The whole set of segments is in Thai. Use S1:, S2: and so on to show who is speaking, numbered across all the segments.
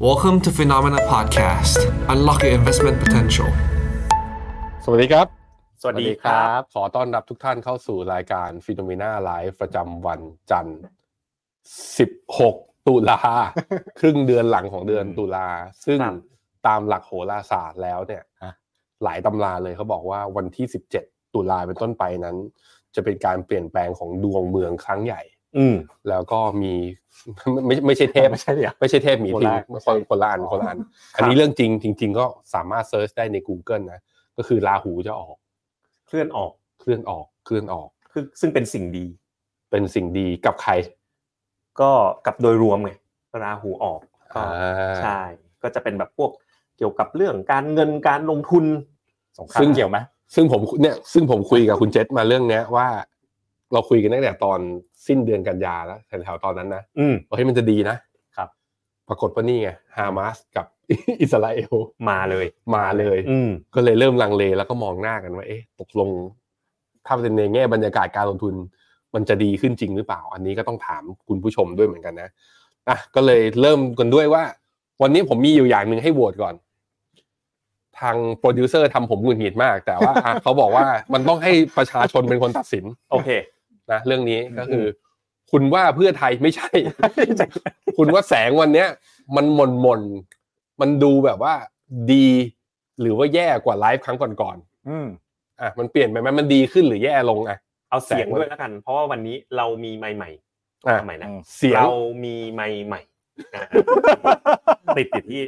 S1: Welcome to Phenomena Podcast. Unlock your investment potential.
S2: สวัสดีครับ
S3: สวัสดีครับ
S2: ขอต้อนรับทุกท่านเข้าสู่รายการ p h e n o m e n a Live ประจำวันจันทร์ 16 ตุลา ครึ่งเดือนหลังของเดือนตุลา ซึ่ง
S3: ครับ
S2: ตามหลักโหราศาสตร์แล้วเนี่ย
S3: ฮะ
S2: หลายตำราเลยเขาบอกว่าวันที่ 17 ตุลาเป็นต้นไปนั้น จะเป็นการเปลี่ยนแปลงของดวงเมืองครั้งใหญ่
S3: อืม
S2: แล้วก็มี ไม่ไม่ไม่ใช่เทพ
S3: ไม่ใช่เหรอ
S2: ไม่ใช่เทพหมี
S3: โบ
S2: ทิ
S3: ราง ณ
S2: คนคนละอันคนละอัน อันนี้เรื่องจริง จริง ๆ ก็สามารถเซิร์ชได้ใน Google นะ ก็คือราหูจะออก
S3: เคลื่อนออก
S2: เคลื่อนออก เคลื่อนออก
S3: คือซึ่งเป็นสิ่งดี
S2: เป็นสิ่งดีกับใคร
S3: ก็กับโดยรวมไงราหูออก
S2: อ
S3: ก็
S2: ่า
S3: ใช่ ก็จะเป็นแบบพวกเกี่ยวกับเรื่องการเงินการลงทุน
S2: ซึ่งเกี่ยวไหมซึ่งผมเนี่ย ซึ่งผมคุยกับคุณเจษมาเรื่องเนี้ยว่า เราคุยกันตั้งแต่ตอนสิ้นเดือนกันยาแล้วแถวๆตอนนั้นนะ
S3: อืม
S2: ว่าเฮ้ยมันจะดีนะครับ ปรากฏว่านี่ไงฮามาสกับ อิสราเอล
S3: มาเลย
S2: มาเลย
S3: อืม
S2: ก็เลยเริ่มลังเลแล้วก็มองหน้ากันว่า เอ๊ะ ตกลง ถ้าเป็นในแง่บรรยากาศการลงทุน มันจะดีขึ้นจริงหรือเปล่า อันนี้ก็ต้องถามคุณผู้ชมด้วยเหมือนกันนะ อ่ะ ก็เลยเริ่มกันด้วยว่า วันนี้ผมมีอยู่อย่างหนึ่งให้โหวตก่อน ทางโปรดิวเซอร์ทำผมหงุดหงิดมาก แต่ว่าอ่ะ เขาบอกว่ามันต้องให้ประชาชนเป็นคนตัดสิน
S3: โอเค
S2: นะเรื่องนี้ก็คือ คุณว่าเพื่อไทยไม่ใช่
S3: ใช่
S2: คุณว่าแสงวันเนี้ย มันหม่นมนๆมันดูแบบว่าดี หรือว่าแย่กว่าไลฟ์ครั้งก่อนๆ
S3: อืม
S2: อ่ะมันเปลี่ยนไปไหมมันดีขึ้นหรือแย่ลงอ่ะ
S3: เอาเสียงด้วยแล้วกัน เพราะว่าวันนี้เรามีไมค์ใหม่
S2: อ่ะ
S3: ทำไมนะ
S2: เสียง
S3: เรามีไมค์ใหม่อ่ะ ติดติดที่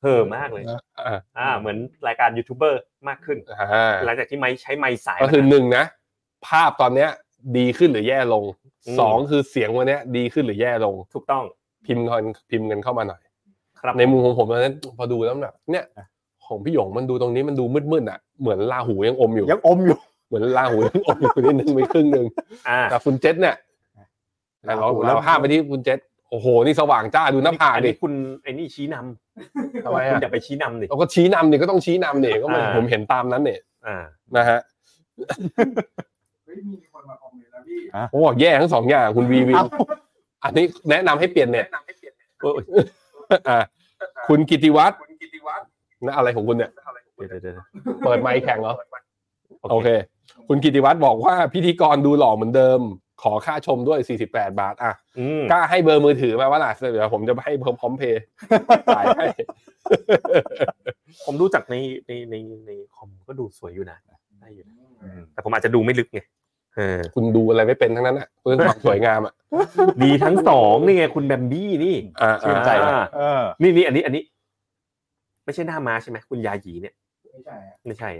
S3: เธอมากเลย
S2: อ่ะ
S3: อ่า เหมือนรายการยูทูบเบอร์มากขึ้น
S2: อ่า
S3: หลังจากที่ไมค์ใช้ไมค์สาย
S2: ก็คือหนึ่งนะ ภาพตอนเนี้ย ดีขึ้นหรือแย่ลง
S3: อืม
S2: สองคือเสียงวันเนี้ย ดีขึ้นหรือแย่ลง
S3: ถูกต้อง
S2: พิมพ์กันพิมพ์กันเข้ามาหน่อย
S3: ครับ
S2: ในมุมของผมตอนนั้นพอดูแล้วแบบเนี่ยของพี่หยงมันดูตรงนี้มันดูมืดๆอ่ะเหมือนราหูยังอมอยู่
S4: ยังอมอยู่
S2: เหมือนราหูยังอมอยู่นิดนึงไปครึ่งหนึ่ง
S3: อ่า
S2: แต่คุณเจษเนี่ยอ่ะเราเราภาพไปที่คุณเจษโอ้โหนี่สว่างจ้าดูหน้าผาก
S3: อัน
S2: ดิ
S3: นี้คุณไอ้นี่ชี้นำ
S2: ทำไม
S3: คุณ
S2: อ่ะ
S3: อย่าไปชี้นำดิ
S2: เราก็ชี้นำเนี่ยก็ต้องชี้นำเนี่ยก็มัน
S3: อ่า
S2: ผมเห็นตามนั้นเนี่ย
S3: อ่า
S2: นะฮะ
S5: เฮ้ยมีคนมาคอมเมนต์แล้วพี่
S2: โอ้แย่ทั้งสองอย่างคุณวีวิวอันนี้แนะนำให้เปลี่ยนเน็ตโอ้ยอ่ะคุณกิติวัตร
S5: คุณกิติวัฒน์
S2: นะอะไรของคุณเนี่ย
S5: อะไรของคุณ
S2: เปิดไมค์แข่งเหรอ โอเค คุณกิติวัตรบอกว่าพิธีกรดูหล่อเหมือนเดิม ขอค่าชมด้วย 48 บาท อ่ะ
S3: อืม
S2: กล้าให้เบอร์มือถือมาว่าล่ะเดี๋ยวผมจะให้เบอร์พร้อมเพย์จ่ายให้
S3: ผมรู้จักในในในในคอมก็ดูสวยอยู่นะได้อยู่นะแต่ผมอาจจะดูไม่ลึกไงเออ
S2: คุณดูอะไรไม่เป็นทั้งนั้นอ่ะเรื่องความสวยงามอ่ะ
S3: ดีทั้งสองนี่ไงคุณแบมบี้นี่
S2: อ่า
S3: ชื่นใจเลย
S2: อ่า
S4: เออ
S3: นี่นี่อันนี้อันนี้ ไม่ใช่หน้ามาใช่ไหมคุณยาหยีเนี่ย
S5: ไม่ใช่อะ
S3: ไม่ใช่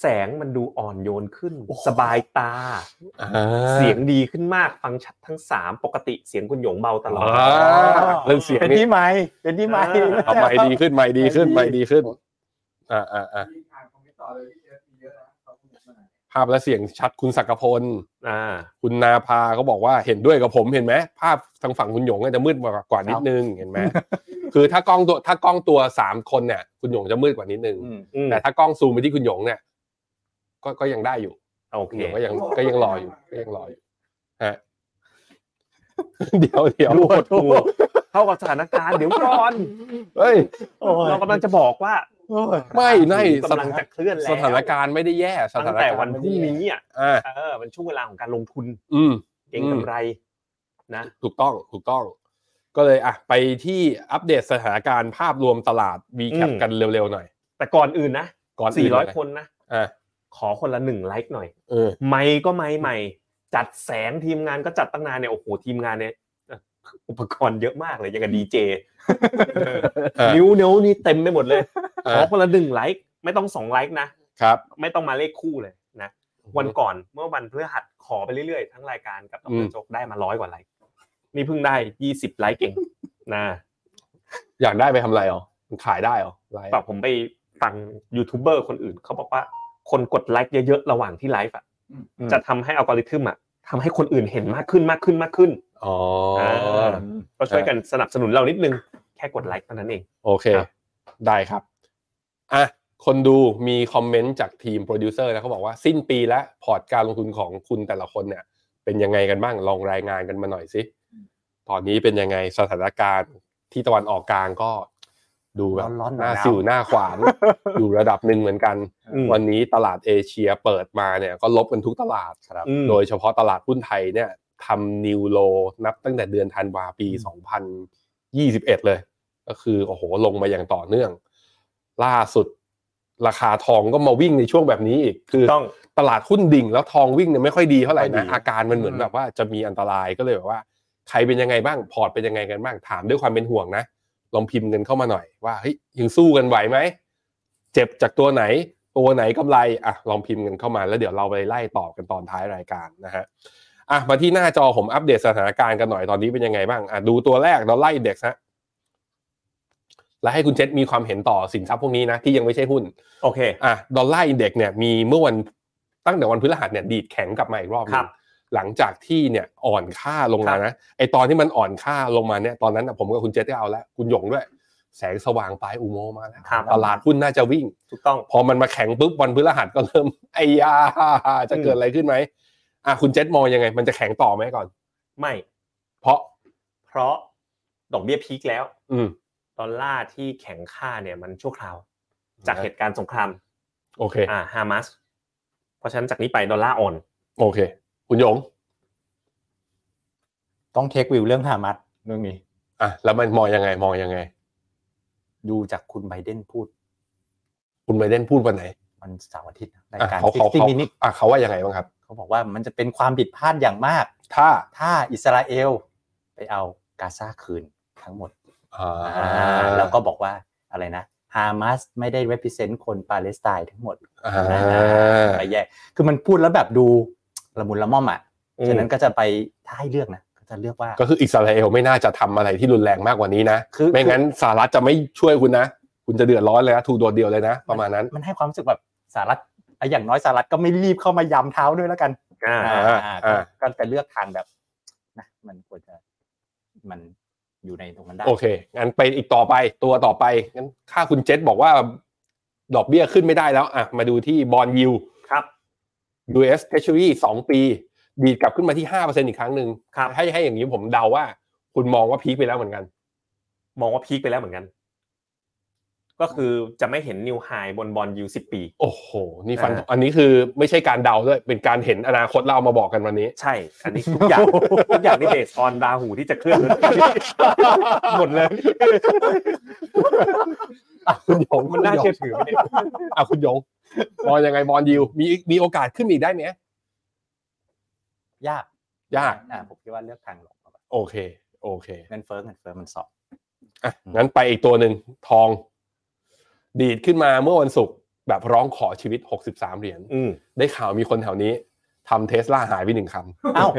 S3: แสงมันดูอ่อนโยนขึ้น สบายตา
S2: อ่า
S3: เสียงดีขึ้นมากฟังชัดทั้งสามปกติเสียงคุณหยงเบาตลอด
S2: อ่าเรื่องเสียง
S4: เป็น
S2: นี่
S4: ที่ใหม่ เป็นที่ใหม่
S3: อ่า
S2: เอาไมค์ดีขึ้นไมค์ดีขึ้นไมค์ดีขึ้น อ่าอ่าอ่า
S5: พี่อ่านคอมเมนต์ต่อเลยพี่เอฟมีเยอะนะขอบคุณมาก
S2: ภาพและเสียงชัดคุณศักพล
S3: อ่า
S2: คุณนาภาเขาบอกว่าเห็นด้วยกับผมเห็นไหมภาพทางฝั่งคุณหยงอาจจะมืดกว่ากว่านิดนึงเห็นไหมคือถ้ากล้องตัวถ้ากล้องตัวสามคนเนี่ย คุณหยงจะมืดกว่านิดนึง
S3: อืม
S2: แต่ถ้ากล้องซูมไปที่คุณหยงเนี่ย ก็ก็ยังได้อยู่
S3: โอ
S2: คุณห
S3: เค
S2: ยงก็ยังก็ยังรออยู่ก็ยังรออยู่ฮะ เดี๋ยวเดี๋ยว
S3: ดูหดหูเข้ากับสถานการณ์เดี๋ยวก่อน
S2: เฮ้ย
S4: โอ้ย
S3: เรากำลังจะบอกว่า
S4: โอ้ย
S2: ไม่ไม่
S3: กำลังจะเคลื่อนแล้ว
S2: สถานการณ์ไม่ได้แย่สถา
S3: ตั้ง
S2: นการณ์
S3: แต่วันพ
S2: ไม่
S3: รุ่ง
S2: ได้แย่
S3: นี้อ่ะ
S2: อ่า
S3: เออมันช่วงเวลาของการลงทุน
S2: อืม
S3: เก็งกำไรนะ
S2: ถูกต้องถูกต้อง ก็เลยอ่ะไปที่อัปเดตสถานการณ์ภาพรวมตลาด v c a p กันเร็วๆหน่อย
S3: แต่ก่อนอื่นนะ
S2: ก่อนนเล
S3: 400 คนนะ
S2: อ่ะ
S3: ขอคนละหนึ่งไลค์หน่อย
S2: เออ
S3: ไม่ก็ไม่ใหม่ จัดแสงทีมงานก็จัดตั้งนานเนี่ยโอ้โหทีมงานเนี่ยเอ่ออุปกรณ์เยอะมากเลยยังกับดีเจ
S2: อ่ะ
S3: นิ้วนิ้วนี่เต็มไปหมดเลย ข
S2: อ่ะ
S3: อคนละหนึ่งไลค์ไม่ต้องสองไลค์นะ
S2: ครับ
S3: ไม่ต้องมาเลขคู่เลยนะ วันก่อนเมื่อวันพฤหัสขอไปเรื่อยๆ ทั้งรายการกับดรโจกได้มาร้อยกว่าไลค์นี่เพิ่งได้ยี่สิบไลค์เก่งนะ
S2: อยากได้ไปทำอะไรอ๋อมันขายได้อ๋อไลฟ์
S3: แต่ผมไปฟังยูทูบเบอร์คนอื่นเขาบอกว่าคนกดไลค์เยอะๆ ระหว่างที่ไลฟ์อ่ะ
S4: อืม
S3: จะทำให้อัลกอริทึมอ่ะทำให้คนอื่นเห็นมากขึ้นมากขึ้นมากขึ้น
S2: อ๋ออา
S3: ก็ช่วยกันสนับสนุนเรานิดนึงแค่กดไลค์เท่านั้นเอง
S2: โอเค
S3: ครับ
S2: ได้ครับอ่ะคนดูมีคอมเมนต์จากทีมโปรดิวเซอร์นะเขาบอกว่าสิ้นปีแล้วพอร์ตการลงทุนของคุณแต่ละคนเนี่ย เป็นยังไงกันบ้างลองรายงานกันมาหน่อยสิตอนนี้เป็นยังไงสถานการณ์ ที่ตะวันออกกลางก็ดูแบบ
S4: ร้อนๆห
S2: ห
S4: นาวๆ
S2: น้าสิวหน้าข วานอยู่ระดับหนึ่งเหมือนกัน
S4: วั
S2: วัน นนี้ตลาดเอเชียเปิดมาเนี่ยก็ลบกันทุกตลาดครับ
S4: อืม
S2: โดยเฉพาะตลาดหุ้นไทยเนี่ยทำนิวโลนับตั้งแต่เดือนธันวาปี 2021 เลย ก็คือโอ้โหลงมาอย่างต่อเนื่อง ล่าสุด ราคาทองก็มาวิ่งในช่วงแบบนี้อีกคือ
S4: ต้อง
S2: ตลาดหุ้นดิ่งแล้วทองวิ่งเนี่ยไม่ค่อยดีเท่าไหร่
S4: ไม่
S2: นะ
S4: ดี
S2: อาการมันเหมือนแบบว่าจะมีอันตรายก็เลยแบบว่า ใครเป็นยังไงบ้างพอร์ตเป็นยังไงกันบ้างถามด้วยความเป็นห่วงนะลองพิมพ์กันเข้ามาหน่อยว่าเฮ้ยยังสู้กันไหวไหมเจ็บจากตัวไหน ตัวไหนกำไรอ่ะลองพิมพ์กันเข้ามาแล้วเดี๋ยวเราไปไล่ตอบกันตอนท้ายรายการนะฮะอ่ะมาที่หน้าจอผมอัปเดตสถานการณ์กันหน่อยตอนนี้เป็นยังไงบ้างอ่ะดูตัวแรกเราไล่เด็กฮะและให้คุณเจษมีความเห็นต่อสินทรัพย์พวกนี้นะที่ยังไม่ใช่หุ้น
S4: โอเค
S2: อ่ะดอลลาร์อินเด็กซ์เนี่ยมีเมื่อวันตั้งแต่วันพฤหัสเนี่ยดีดแข็งกลับมาอีกรอบหนึ
S4: ครั
S2: ง
S4: บ
S2: หลังจากที่เนี่ยอ่อนค่าลงมานะไอตอนที่มันอ่อนค่าลงมาเนี่ยตอนนั้นน่ะผมกับคุณเจษได้เอาแล้วคุณหยงด้วย แสงสว่างปลายอุโมงค์มาแล้ว
S4: ครับ
S2: ตลาดหุ้นน่าจะวิ่ง
S4: ถูกต้อง
S2: พอมันมาแข็งปุ๊บวันพฤหัสก็เริ่ม ไอ้ยาจะเกิดอะไรขึ้นไหมอ่ะคุณเจษมองยังไง มันจะแข็งต่อไหมก่อน
S4: ไม่
S2: เพราะ
S4: เพราะดอกเบี้ยพีคแล้ว
S2: อืม
S4: ดอลลาร์ที่แข็งค่าเนี่ยมันชั่วคราว จากเหตุการณ์สงคราม
S2: โอเค
S4: อ่าฮามาสเพราะฉะนั้นจากนี้ไปดอลลาร์อ่อน
S2: โอเค คุณหยง
S3: ต้องเทควิวเรื่องฮามัสเรื่องนี้
S2: อ่ะแล้วมันมองยังไงมองยังไง
S3: ดูจากคุณไบเดนพูด
S2: คุณไบเดนพูดวันไหน
S3: วันเสาร์อาทิตย์นะราย
S2: อ่ะ
S3: การ
S2: เขาเขา
S3: 60
S2: เขา
S3: minutes
S2: อ่ะเขาว่ายังไงบ้างครับ
S3: เขาบอกว่ามันจะเป็นความผิดพลาดอย่างมาก
S2: ถ้า
S3: ถ้าอิสราเอลไปเอากาซาคืนทั้งหมด
S2: อ่า
S3: อ่าแล้วก็บอกว่าอะไรนะฮามาสไม่ได้ represent คนปาเลสไตน์ทั้งหมด
S2: อ่า
S3: ไปแยกคือมันพูดแล้วแบบดูละมุนละม่อมอ่ะฉะนั้นก็จะไปถ้าให้เลือกนะก็จะเลือกว่า
S2: ก็คืออิสราเอลไม่น่าจะทำอะไรที่รุนแรงมากกว่านี้นะ
S3: คือ
S2: ไม่งั้นสหรัฐจะไม่ช่วยคุณนะ คุณจะเดือดร้อนเลยนะถูกโดดเดียวเลยนะ ประมาณนั้น
S3: มันให้ความรู้สึกแบบสหรัฐอ่ะอย่างน้อยสหรัฐก็ไม่รีบเข้ามายำเท้าด้วยแล้วกัน
S4: อ่า
S3: อ่าอ่าก็
S2: อ่า
S3: ก็จะเลือกทางแบบนะมันควรจะมันอยู่ในตรงนั้นได้
S2: โอเค งั้นไปอีกต่อไปตัวต่อไป งั้นค่าคุณเจษบอกว่า ดอกเบี้ยขึ้นไม่ได้แล้ว อ่ะ มาดูที่บอลยิว
S4: ครับ
S2: US Treasury สองปี ดีดกลับขึ้นมาที่ห้าเปอร์เซ็นอีกครั้งหนึ่ง
S4: ครับ
S2: ให้ให้อย่างนี้ผมเดาว่า คุณมองว่าพีคไปแล้วเหมือนกัน
S4: มองว่าพีคไปแล้วเหมือนกัน ก็คือจะไม่เห็นนิวไฮบนบอลยูสิบปี
S2: โอ้โห นี่ฟัน
S4: อ่า
S2: อันนี้คือไม่ใช่การเดาด้วย เป็นการเห็นอนาคตเราเอามาบอกกันวันนี้
S4: ใช่ อันนี้ทุก อย่าง ทุกอย่างนี่เบสออนราหูที่จะเคลื่อน หม ดเลย
S2: อ่ะคุณหยง
S4: มันน่าเชื่อถือไหมเนี่ย
S2: อ่ะคุณหยงบอลยังไงบอลยิวมีมีโอกาสขึ้นอีกได้ไหม
S3: ยาก
S2: ยาก
S3: อ่าผมคิดว่าเลือกทางหลงเอาไว้
S2: โอเค โอเค
S3: เงินเฟ้อเงินเฟ้อมันสอบ
S2: อ่ะงั้นไปอีกตัวหนึ่งทอง ดีดขึ้นมาเมื่อวันศุกร์แบบร้องขอชีวิต 63 เหรียญ
S4: อืม
S2: ได้ข่าวมีคนแถวนี้ทำเทสลาหายไปหนึ่งคัน
S3: เอ้า
S4: โค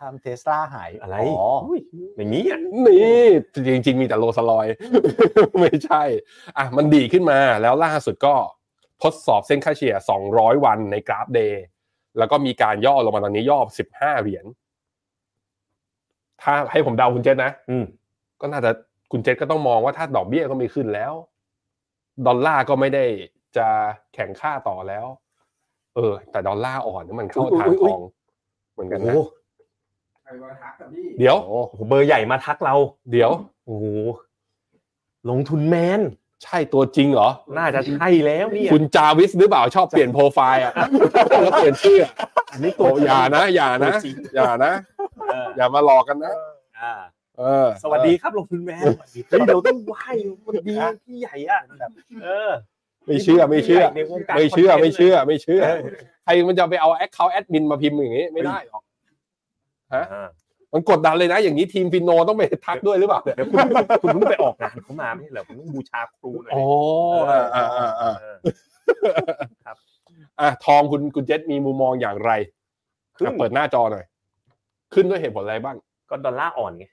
S3: ทำเทสลาหาย
S4: อะไร
S3: อ๋อ
S4: อุ้ยอย่างนี้อ่ะ
S2: นี่จริง ๆ มีแต่โรลสลอยซ์ ไม่ใช่ อ่ะมันดีขึ้นมาแล้วล่าสุดก็ทดสอบเส้นค่าเฉลี่ย 200 วันในกราฟเดย์แล้วก็มีการย่อลงมาตอนนี้ย่อ 15 เหรียญถ้าให้ผมเดาคุณเจษนะ
S4: อืม
S2: ก็น่าจะคุณเจษก็ต้องมองว่าถ้าดอกเบี้ยก็ไม่ขึ้นแล้ว ดอลลาร์ก็ไม่ได้จะแข่งค่าต่อแล้ว เออ แต่ดอลลาร์อ่อนนี่มันเข้าทาง
S4: อุ๊ยอุ๊
S2: ท
S4: ยอุ๊ย
S2: องเหมือนกัน
S4: โอ้
S2: นะ
S4: โห
S5: ใครมาทักกับพี่
S2: เดี๋ยว
S4: โอ้โหเบอร์ใหญ่มาทักเรา
S2: เดี๋ยว
S4: โอ้โหลงทุนแมน
S2: ใช่ตัวจริงเหรอ
S4: น่าจะใช่แล้วเนี่ย
S2: คุณจาวิสหรือเปล่าชอบเปลี่ยนโปรไฟล์อ่ะ แล้วเปลี่ยนชื่ออะ
S4: อันนี้
S2: โอ้อย่านะอย่า
S4: ตัว
S2: นะ
S4: จริง
S2: อย่านะ
S4: เออ
S2: อย่ามาหลอกกันนะ
S4: อ่า
S2: เออ
S4: สวัสดีครับลงทุนแมนเฮ้ยเราต้องไหว้สวัสดีพี่ใหญ่อ่ะเออ
S2: ไม่เชื่อไม่เชื่อ
S4: ในวงการ
S2: ไม่เชื่อไม่เชื่อไม่เชื่อ
S4: เออ
S2: ใครมันจะไปเอาแอคเคาท์แอดมินมาพิมพ์อย่างงี้ไม่ได้หรอก
S4: อ่า
S2: มันกดดันเลยนะ อย่างนี้ทีมฟินโนต้องไปทักด้วยหรือเปล่า
S4: เดี๋ยวคุณคุณเพิ่งไปออกงานเขามาไม่ใช่เหรอคุณต้องบูชาครูหน่อย
S2: โอ้อ่าอ่าอ่าอ่า
S4: เออ
S2: อ่ะทองคุณคุณเจษมีมุมมองอย่างไร
S4: ขึ้น
S2: อ่ะเปิดหน้าจอหน่อย ขึ้นด้วยเหตุผลอะไรบ้าง
S4: ก็ดอลลาร์อ่อนไง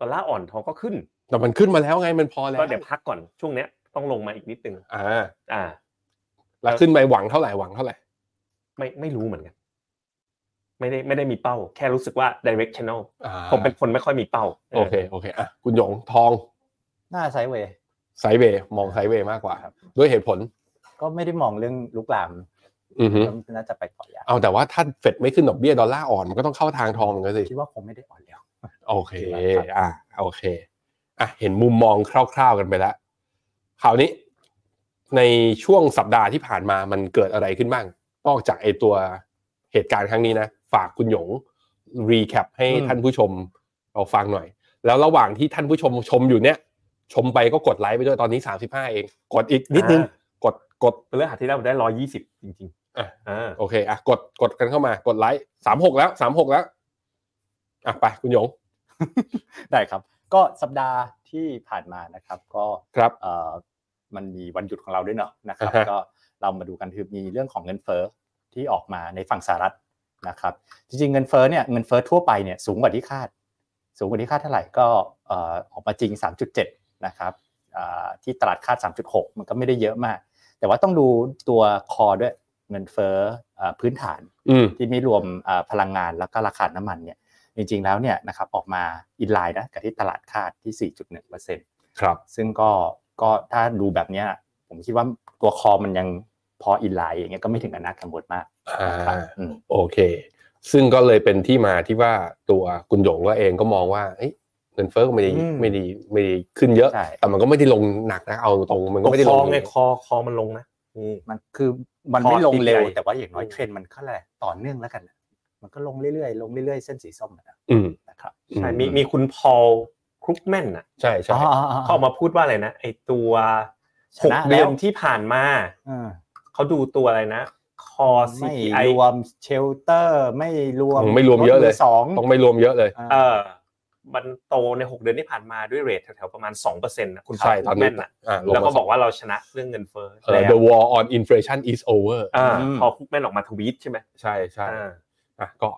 S4: ดอลลาร์อ่อนทองก็ขึ้น
S2: แต่มันขึ้นมาแล้วไงมันพอแล้ว
S4: ก็เดี๋ยวพักก่อนช่วงเนี้ยต้องลงมาอีกนิดนึง
S2: อ่า
S4: อ่า
S2: แล้วขึ้นไปหวังเท่าไหร่หวังเท่าไหร่
S4: ไม่ไม่รู้เหมือนกัน ไม่ได้ไม่ได้มีเป้า แค่รู้สึกว่า directional
S2: อ่า
S4: ผมเป็นคนไม่ค่อยมีเป้า
S2: โอเค โอเค อ่ะ คุณหยงทอง
S3: หน้าไซด์เวย์
S2: ไซด์เวย์มองไซด์เวย์มากกว่า ด้วยเหตุผล
S3: ก็ไม่ได้มองเรื่องลุกลาม
S2: อือฮึ
S3: ก็น่าจะไปต่อยาก
S2: เอาแต่ว่าถ้าเฟดไม่ขึ้นดอกเบี้ยดอลลาร์อ่อน มันก็ต้องเข้าทางทองเหมือนกันสิ
S3: คิดว่าคงไม่ได้อ่อนแล้ว
S2: โอเค
S3: ครับ
S2: อ่ะโอเค อ่ะ เห็นมุมมองคร่าว ๆกันไปแล้ว คราวนี้ในช่วงสัปดาห์ที่ผ่านมามันเกิดอะไรขึ้นบ้าง นอกจากไอตัวเหตุการณ์ครั้งนี้นะ ฝากคุณหยงรีแคปให้
S3: อืม
S2: ท่านผู้ชมเราฟังหน่อย แล้วระหว่างที่ท่านผู้ชมชมอยู่เนี่ย ชมไปก็กดไลค์ไปด้วยตอนนี้ 35 เอง กดอีกนิดนึง
S4: อ่
S2: กด กด
S4: พฤหัสที่แล้วผมได้ร้อยยี่สิบจริงๆ
S2: อ่ะ
S4: อ่า
S2: โอเค อ่ะ กด กดกันเข้ามา กดไลค์ 36 แล้ว 36 แล้ว อ่ะ ไป คุณหยง
S3: ได้ครับ ก็สัปดาห์ที่ผ่านมานะครับ ก็
S2: ครับ
S3: เอ่อมันมีวันหยุดของเราด้วยเนาะนะครับ
S2: อ่าฮะ
S3: ก็เรามาดูกันคือมีเรื่องของเงินเฟ้อที่ออกมาในฝั่งสหรัฐนะครับ จริงๆเงินเฟ้อเนี่ยเงินเฟ้อทั่วไปเนี่ยสูงกว่าที่คาด สูงกว่าที่คาดเท่าไหร่ก็เอ่อออกมาจริง 3.7 นะครับอ่าที่ตลาดคาด 3.6 มันก็ไม่ได้เยอะมาก แต่ว่าต้องดูตัวคอด้วยเงินเฟ้ออ่าพื้นฐาน
S2: อืม
S3: ที่ไม่รวมเอ่อพลังงานแล้วก็ราคาน้ำมันเนี่ยจริงๆแล้วเนี่ยนะครับออกมาอินไลน์นะกับที่ตลาดคาดที่ 4.1%
S2: ครับ
S3: ซึ่งก็ก็ถ้าดูแบบเนี้ยผมคิดว่าตัวคอมันยังพออินไลน์อย่างเงี้ยก็ไม่ถึงกับน่ากังวลมาก
S2: อ่
S3: นะครับ
S2: า
S3: อืม
S2: โอเค ซึ่งก็เลยเป็นที่มาที่ว่าตัวคุณหยงก็เองก็มองว่าเอ้ยเงินเฟ้อก็ไม่ได้
S3: อืม
S2: ไม่ได้ไม่ได้ขึ้นเยอะ
S3: ใช่
S2: แต่มันก็ไม่ได้ลงหนักนะเอาตรงๆมันก็ไม่ได้
S4: ค
S2: ล
S4: อง ไงคอคอมันลงนะอืม
S3: มันคือมันไม่ลงเร็ว
S4: Cost
S3: แต่ว่าอย่างน้อย
S4: อืม
S3: เทรนด์มันก็แหละต่อเนื่องแล้วกันนะมันก็ลงเรื่อยๆลงเรื่อยๆเส้นสีส้มอะนะ
S2: อืม
S3: นะครับ
S2: อื
S4: ใช่มีมีคุณพอลครุกแมนน่ะ
S2: ใช่ใช่
S3: อ๋ออ๋ออ๋อ
S4: เขาออกมาพูดว่าอะไรนะไอตัว
S3: ช
S4: หก
S3: นะ
S4: เดื
S3: แล้
S4: อ
S3: วน
S4: ที่ผ่านมา
S3: อ่า
S4: เขาดูตัวอะไรนะ คอ
S3: ไม่
S4: CPI
S3: รวมเชลเตอร์ไม่รวม
S2: ผมไม่รวมเยอะเลย
S3: ถมืสอง
S2: ต้องไม่รวมเยอะเลย
S3: า
S4: เออมันโตใน 6 เดือนที่ผ่านมาด้วยเรทแถวๆประมาณ2%นะคุณ
S2: ใช่ตอนนี้
S4: แม่นน่ะ
S2: อ่า
S4: แล้วก็บอกว่าเราชนะเรื่องเงินเฟ้อ
S2: เอ่อ
S4: แล้ว
S2: the war on inflation is over
S4: อ่า
S3: อืม
S4: พอคุกแม่นออกมาทวีตใช่ไหม
S2: ใช่ใช่
S4: อ่า
S2: อ่ะก็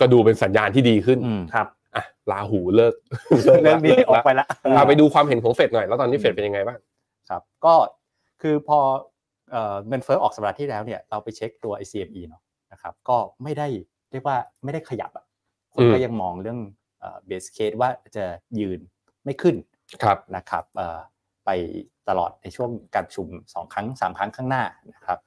S2: ก็ดูเป็นสัญญาณที่ดีขึ้น
S3: อืม
S4: ครับ
S2: อ่ะลาหูเลิก
S3: เรื่องนี้
S2: เลิก
S3: ออก
S2: ละ
S3: ไปละ
S2: อ่ะไปดูความเห็นของเฟดหน่อยแล้วตอนนี้
S3: อืม
S2: เฟดเป็นยังไงบ้าง
S3: ครับก็คือพอเอ่อเงินเฟ้อออกสัปดาห์ที่แล้วเนี่ยเราไปเช็คตัว ICME เนาะนะครับก็ไม่ได้เรียกว่าไม่ได้ขยับอ่ะคนก็
S2: อืม
S3: ยังมองเรื่องเบสเคสว่าจะยืนไม่ขึ้น
S2: ครับ
S3: นะครับเอ่อไปตลอดในช่วงการประชุม 2 ครั้ง 3 ครั้งข้างหน้านะครับ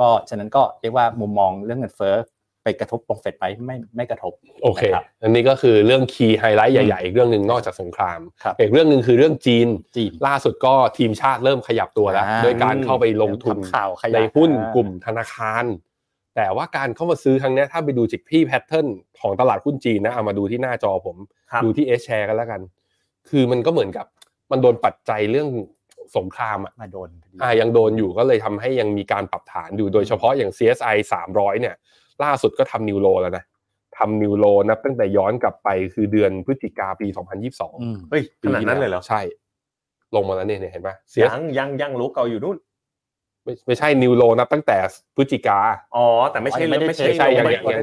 S3: ก็ฉะนั้นก็เรียกว่ามุมมองเรื่องเงินเฟ้อไปกระทบวงเฟดไหมไม่ไม่กระทบ
S2: โอเค
S3: นะครับ
S2: อันนี้ก็คือเรื่องคีย์ไฮไลท์ใหญ่ๆอีกเรื่องหนึ่งนอกจากสงคราม
S3: ครับ
S2: อีกเรื่องหนึ่งคือเรื่องจีน
S3: จีน
S2: ล่าสุดก็ทีมชาติเริ่มขยับตัวแล้ว
S3: อ่า
S2: ด้วยการเข้าไปลงทุน
S3: ทำข่าวขยะ
S2: ในหุ้น
S3: อ่า
S2: กลุ่มธนาคาร แต่ว่าการเข้ามาซื้อครั้งเนี้ยถ้าไปดูจิกพี่แพทเทิร์นของตลาดหุ้นจีนนะเอามาดูที่หน้าจอผม
S4: ครับ
S2: ดูที่เอชแชร์กันแล้วกัน คือมันก็เหมือนกับมันโดนปัจจัยเรื่องสงครามอะ
S3: มาโดนพอดี
S2: อ่ะยังโดนอยู่ก็เลยทำให้ยังมีการปรับฐานอยู่โดยเฉพาะอย่าง CSI 300 เนี่ย ล่าสุดก็ทำนิวโลแล้วนะทำนิวโลนับตั้งแต่ย้อนกลับไปคือเดือนพฤศจิกาปี 2022
S4: เฮ้ยข
S2: ปี
S4: นาด
S2: ที่
S4: นั้นเลยเหรอ
S2: ใช่ ลงมาแล้วเนี่ยเนี่ยเห็นปะเสีย
S4: ยังยังยังรู้เก่าอยู่นู่น
S2: ไม่ไม่ใช่นิวโลนับตั้งแต่พฤศจิกา
S4: อ๋อ แต่ไม่ใช่
S3: ไม่ได้
S4: ไม่ใช่
S2: ไม่ใช่ยัง
S3: ไม่
S2: ยัง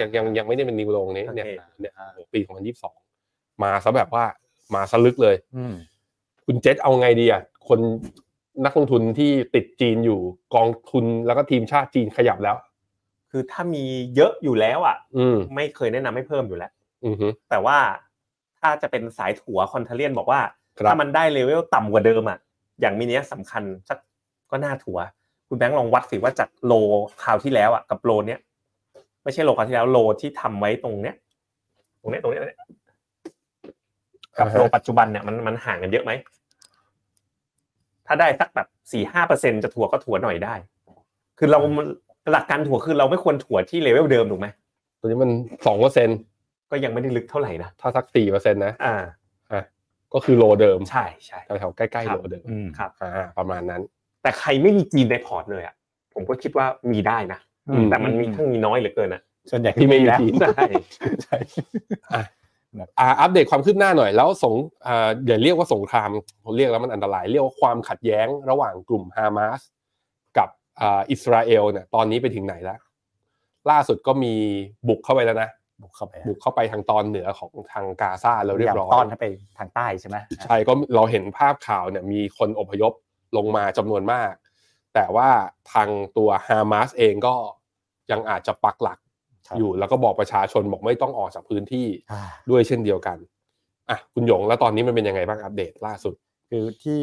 S2: ยังยังยังยัง
S3: ไม่
S2: ไม่ได้ยังยังยังไม่
S3: ได้ลง
S2: ได้เป็นนิวโลนี้
S4: โอ
S2: เนี่ย
S4: เค
S2: เนี่ยโอ้โหปีของพันยี่สิบสองมาซะแบบว่ามาซะลึกเลย
S3: อืม
S2: คุณเจษเอาไงดีอ่ะคนนักลงทุนที่ติดจีนอยู่กองทุนแล้วก็ทีมชาติจีนขยับแล้ว
S4: คือถ้ามีเยอะอยู่แล้วอ่ะ
S2: อืม
S4: ไม่เคยแนะนำให้เพิ่มอยู่แล้ว
S2: อือฮึ
S4: แต่ว่าถ้าจะเป็นสายถัวคอนเทเลียนบอกว่า
S2: ครับ
S4: ถ้ามันได้เลเวลต่ำกว่าเดิมอ่ะ อย่างมีเนี้ยสำคัญสักก็น่าถัว คุณแบงค์ลองวัดสิว่าจากโลคราวที่แล้วอ่ะกับโลเนี้ยไม่ใช่โลคราวที่แล้วโลที่ทำไว้ตรงเนี้ยตรงเนี้ยตรงเนี้ยตรงเนี้ยกับโลปัจจุบันเนี่ยมันมันห่างกันเยอะไหมถ้าได้สักแบบสี่ห้าเปอร์เซ็นจะถัวก็ถัวหน่อยได้ คือเราหลักการถัวคือเราไม่ควรถัวที่เลเวลเดิมถูกไหม
S2: ตัวนี้มันสองเปอร์เซ็น
S4: ก็ยังไม่ได้ลึกเท่าไหร่นะ
S2: ถ้าสักสี่เปอร์เซ็นนะ
S4: อ่า
S2: ก็คือโลเดิม
S4: ใช่ใช่
S2: แถวๆใกล้ๆโลเดิม
S4: ครับ
S2: อ่าประมาณนั้น
S4: แต่ใครไม่มีจีนในพอร์ตเลยอ่ะผมก็คิดว่ามีได้นะ
S2: อืม
S4: แต่มันมีทั้งมีน้อยเหลือเกินอ่ะ
S3: ส่วนใหญ่
S2: ที่ไม่มี
S3: แล้ว
S2: จีน
S4: ใช่
S3: ใช่
S2: อ่าอัปเดตความคืบหน้าหน่อยแล้วสงอ่าอย่าเรียกว่าสงครามผมเรียกแล้วมันอันตราย เรียกว่าความขัดแย้งระหว่างกลุ่มฮามาสกับอ่าอิสราเอลเนี่ยตอนนี้ไปถึงไหนแล้วล่าสุดก็มีบุกเข้าไปแล้วนะ
S3: บุกเข้าไป
S2: บุกเข้าไปทางตอนเหนือของทางกาซาแล้วเรียบร้อย
S3: พาามต้อนให้ไปทางใต้ใช่ไหม
S2: ใช่ก็เราเห็นภาพข่าวเนี่ยมีคนอพยพลงมาจำนวนมาก แต่ว่าทางตัวฮามาสเองก็ยังอาจจะปักหลัก
S3: ครับ
S2: อยู่แล้วก็บอกประชาชนบอกไม่ต้องออกจากพื้นที่
S3: อ่า
S2: ด้วยเช่นเดียวกัน อ่ะคุณหยงแล้วตอนนี้มันเป็นยังไงบ้างอัปเดตล่าสุด
S3: คือที่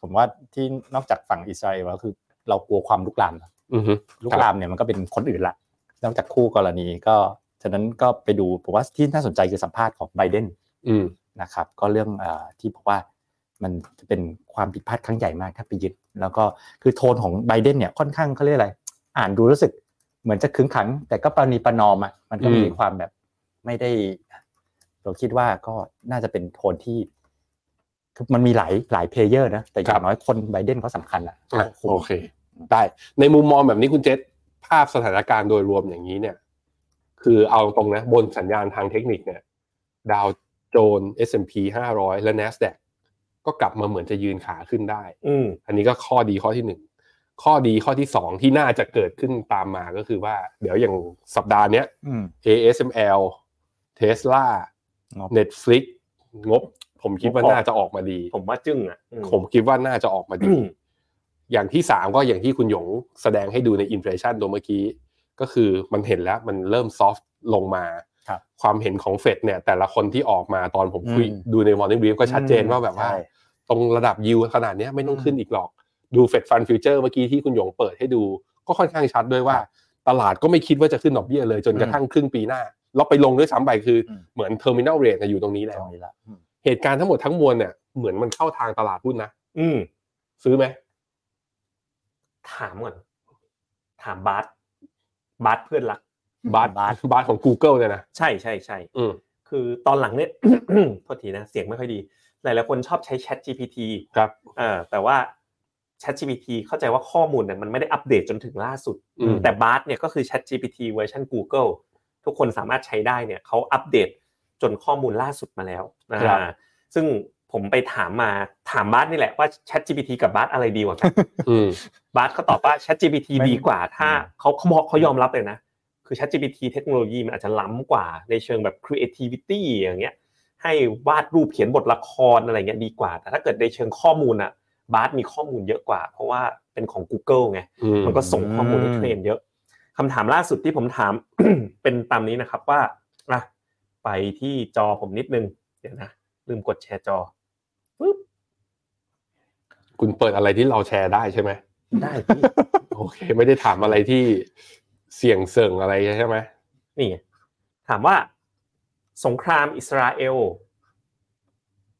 S3: ผมว่าที่นอกจากฝั่งอิสราเอลแล้วคือเรากลัวความลุกลามนะ
S2: อือฮึ
S3: ลุกลามเนี่ยมันก็เป็นคนอื่นละนอกจากคู่กรณีก็ ฉะนั้นก็ไปดูผมว่าที่น่าสนใจคือสัมภาษณ์ของไบเดน
S2: อืม
S3: นะครับก็เรื่องเออที่บอกว่ามันจะเป็นความผิดพลาดครั้งใหญ่มากถ้าไปยึด แล้วก็คือโทนของไบเดนเนี่ยค่อนข้างเขาเรียกอะไร อ่านดูรู้สึกเหมือนจะขึงขัง แต่ก็ประนีประนอมอ่ะมันก็มี
S2: อืม
S3: ความแบบไม่ได้ เราคิดว่าก็น่าจะเป็นโทนที่คือมันมีหลายหลายเพลเยอร์นะ แต่อย่างน้อยคนไบเดนเขาสำคัญอ่ะ
S2: อ่ะโอเค ได้ในมุมมองแบบนี้คุณเจษภาพสถานการณ์โดยรวมอย่างนี้เนี่ย คือเอาตรงนะ บนสัญญาณทางเทคนิคเนี่ย ดาวโจน S&P 500 และ NASDAQ ก็กลับมาเหมือนจะยืนขาขึ้นได้
S4: อืม
S2: อันนี้ก็ข้อดีข้อที่หนึ่งข้อดีข้อที่สองที่น่าจะเกิดขึ้นตามมาก็คือว่า เดี๋ยวอย่างสัปดาห์เนี้ย
S3: อืม
S2: ASML Tesla
S3: งบ
S2: Netflix งบ ผมคิดว่า
S4: ผมออก
S2: น่าจะออกมาดี
S4: ผมว่าจึ้งอ่ะอื
S2: ผมคิดว่าน่าจะออกมาดี
S4: อืม
S2: อย่างที่สามก็อย่างที่คุณหยงแสดงให้ดูในอินฟลชันตัวเมื่อกี้ ก็คือมันเห็นแล้วมันเริ่มซอฟต์ลงมา
S3: ครับ
S2: ความเห็นของเฟดเนี่ย แต่ละคนที่ออกมาตอนผมคุย
S3: อืม
S2: ดูในมอร์นิ่งบีฟก็ชัดเจนว่าแบบว่า
S3: ใช่
S2: ตรงระดับยิวขนาดเนี้ยไม่ต้อง
S3: อืม
S2: ขึ้นอีกหรอก ดูเฟดฟันฟิวเจอร์เมื่อกี้ที่คุณหยงเปิดให้ดู ก็ค่อนข้างชัดด้วยว่า ตลาดก็ไม่คิดว่าจะขึ้นดอกเบี้ยเลยจนกระทั่งครึ่งปีหน้า เราไปลงด้วยซ้ำไปคืออ
S3: ม
S2: เหมือนเทอร์มินอลเรทอยู่ตรงนี้แล้
S3: ตร
S2: ว
S3: งนี้ละอืม
S2: เหตุการณ์ทั้งหมดทั้งมวลเนี่ยเหมือนมันเข้าทางตลาดหุ้นนะ
S4: อืม
S2: ซื้อไหม
S4: ถามก่อน ถามบาสบาสเพื่อนรัก
S2: บาร์บาร์บาร์ของ Google เนี่ยนะ
S4: ใช่ใช่ใช่
S2: อืม
S4: คือตอนหลังเนี่ย โทษทีนะ เสียงไม่ค่อยดี หลายๆคนชอบใช้ Chat GPT
S2: ครับ
S4: เอ่อแต่ว่า Chat GPT เข้าใจว่าข้อมูลเนี่ยมันไม่ได้อัปเดตจนถึงล่าสุด
S2: อืม
S4: แต่ Bard เนี่ยก็คือ Chat GPT เวอร์ชัน Google ทุกคนสามารถใช้ได้เนี่ยเขาอัปเดตจนข้อมูลล่าสุดมาแล้วนะครับ ซึ่งผมไปถามมาถาม Bard นี่แหละว่า Chat GPT กับ Bard อะไรดีกว่ากัน
S2: อืม
S4: บาร์เขาตอบว่า Chat GPT
S3: ไม่
S4: ดีกว่า ถ้า
S3: อืม
S4: เขาเขาบอกเขายอมรับเลยนะ คือ Chat GPT เทคโนโลยีมันอาจจะล้ำกว่าในเชิงแบบ creativity อย่างเงี้ย ให้วาดรูปเขียนบทละครอะไรเงี้ยดีกว่า แต่ถ้าเกิดในเชิงข้อมูลอะบาร์มีข้อมูลเยอะกว่า เพราะว่าเป็นของ Google ไง
S2: อืม
S4: มันก็ส่งข้อมูลให้เทรนเยอะคำถามล่าสุดที่ผมถาม เป็นตามนี้นะครับว่าอ่ะไปที่จอผมนิดนึง เดี๋ยวนะ ลืมกดแชร์จอ
S2: คุณเปิดอะไรที่เราแชร์ได้ใช่ไหม
S4: ได้พี่
S2: โอเค ไม่ได้ถามอะไรที่เสี่ยงเสิ่งอะไรใช่ไหม
S4: นี่ไงถามว่าสงครามอิสราเอล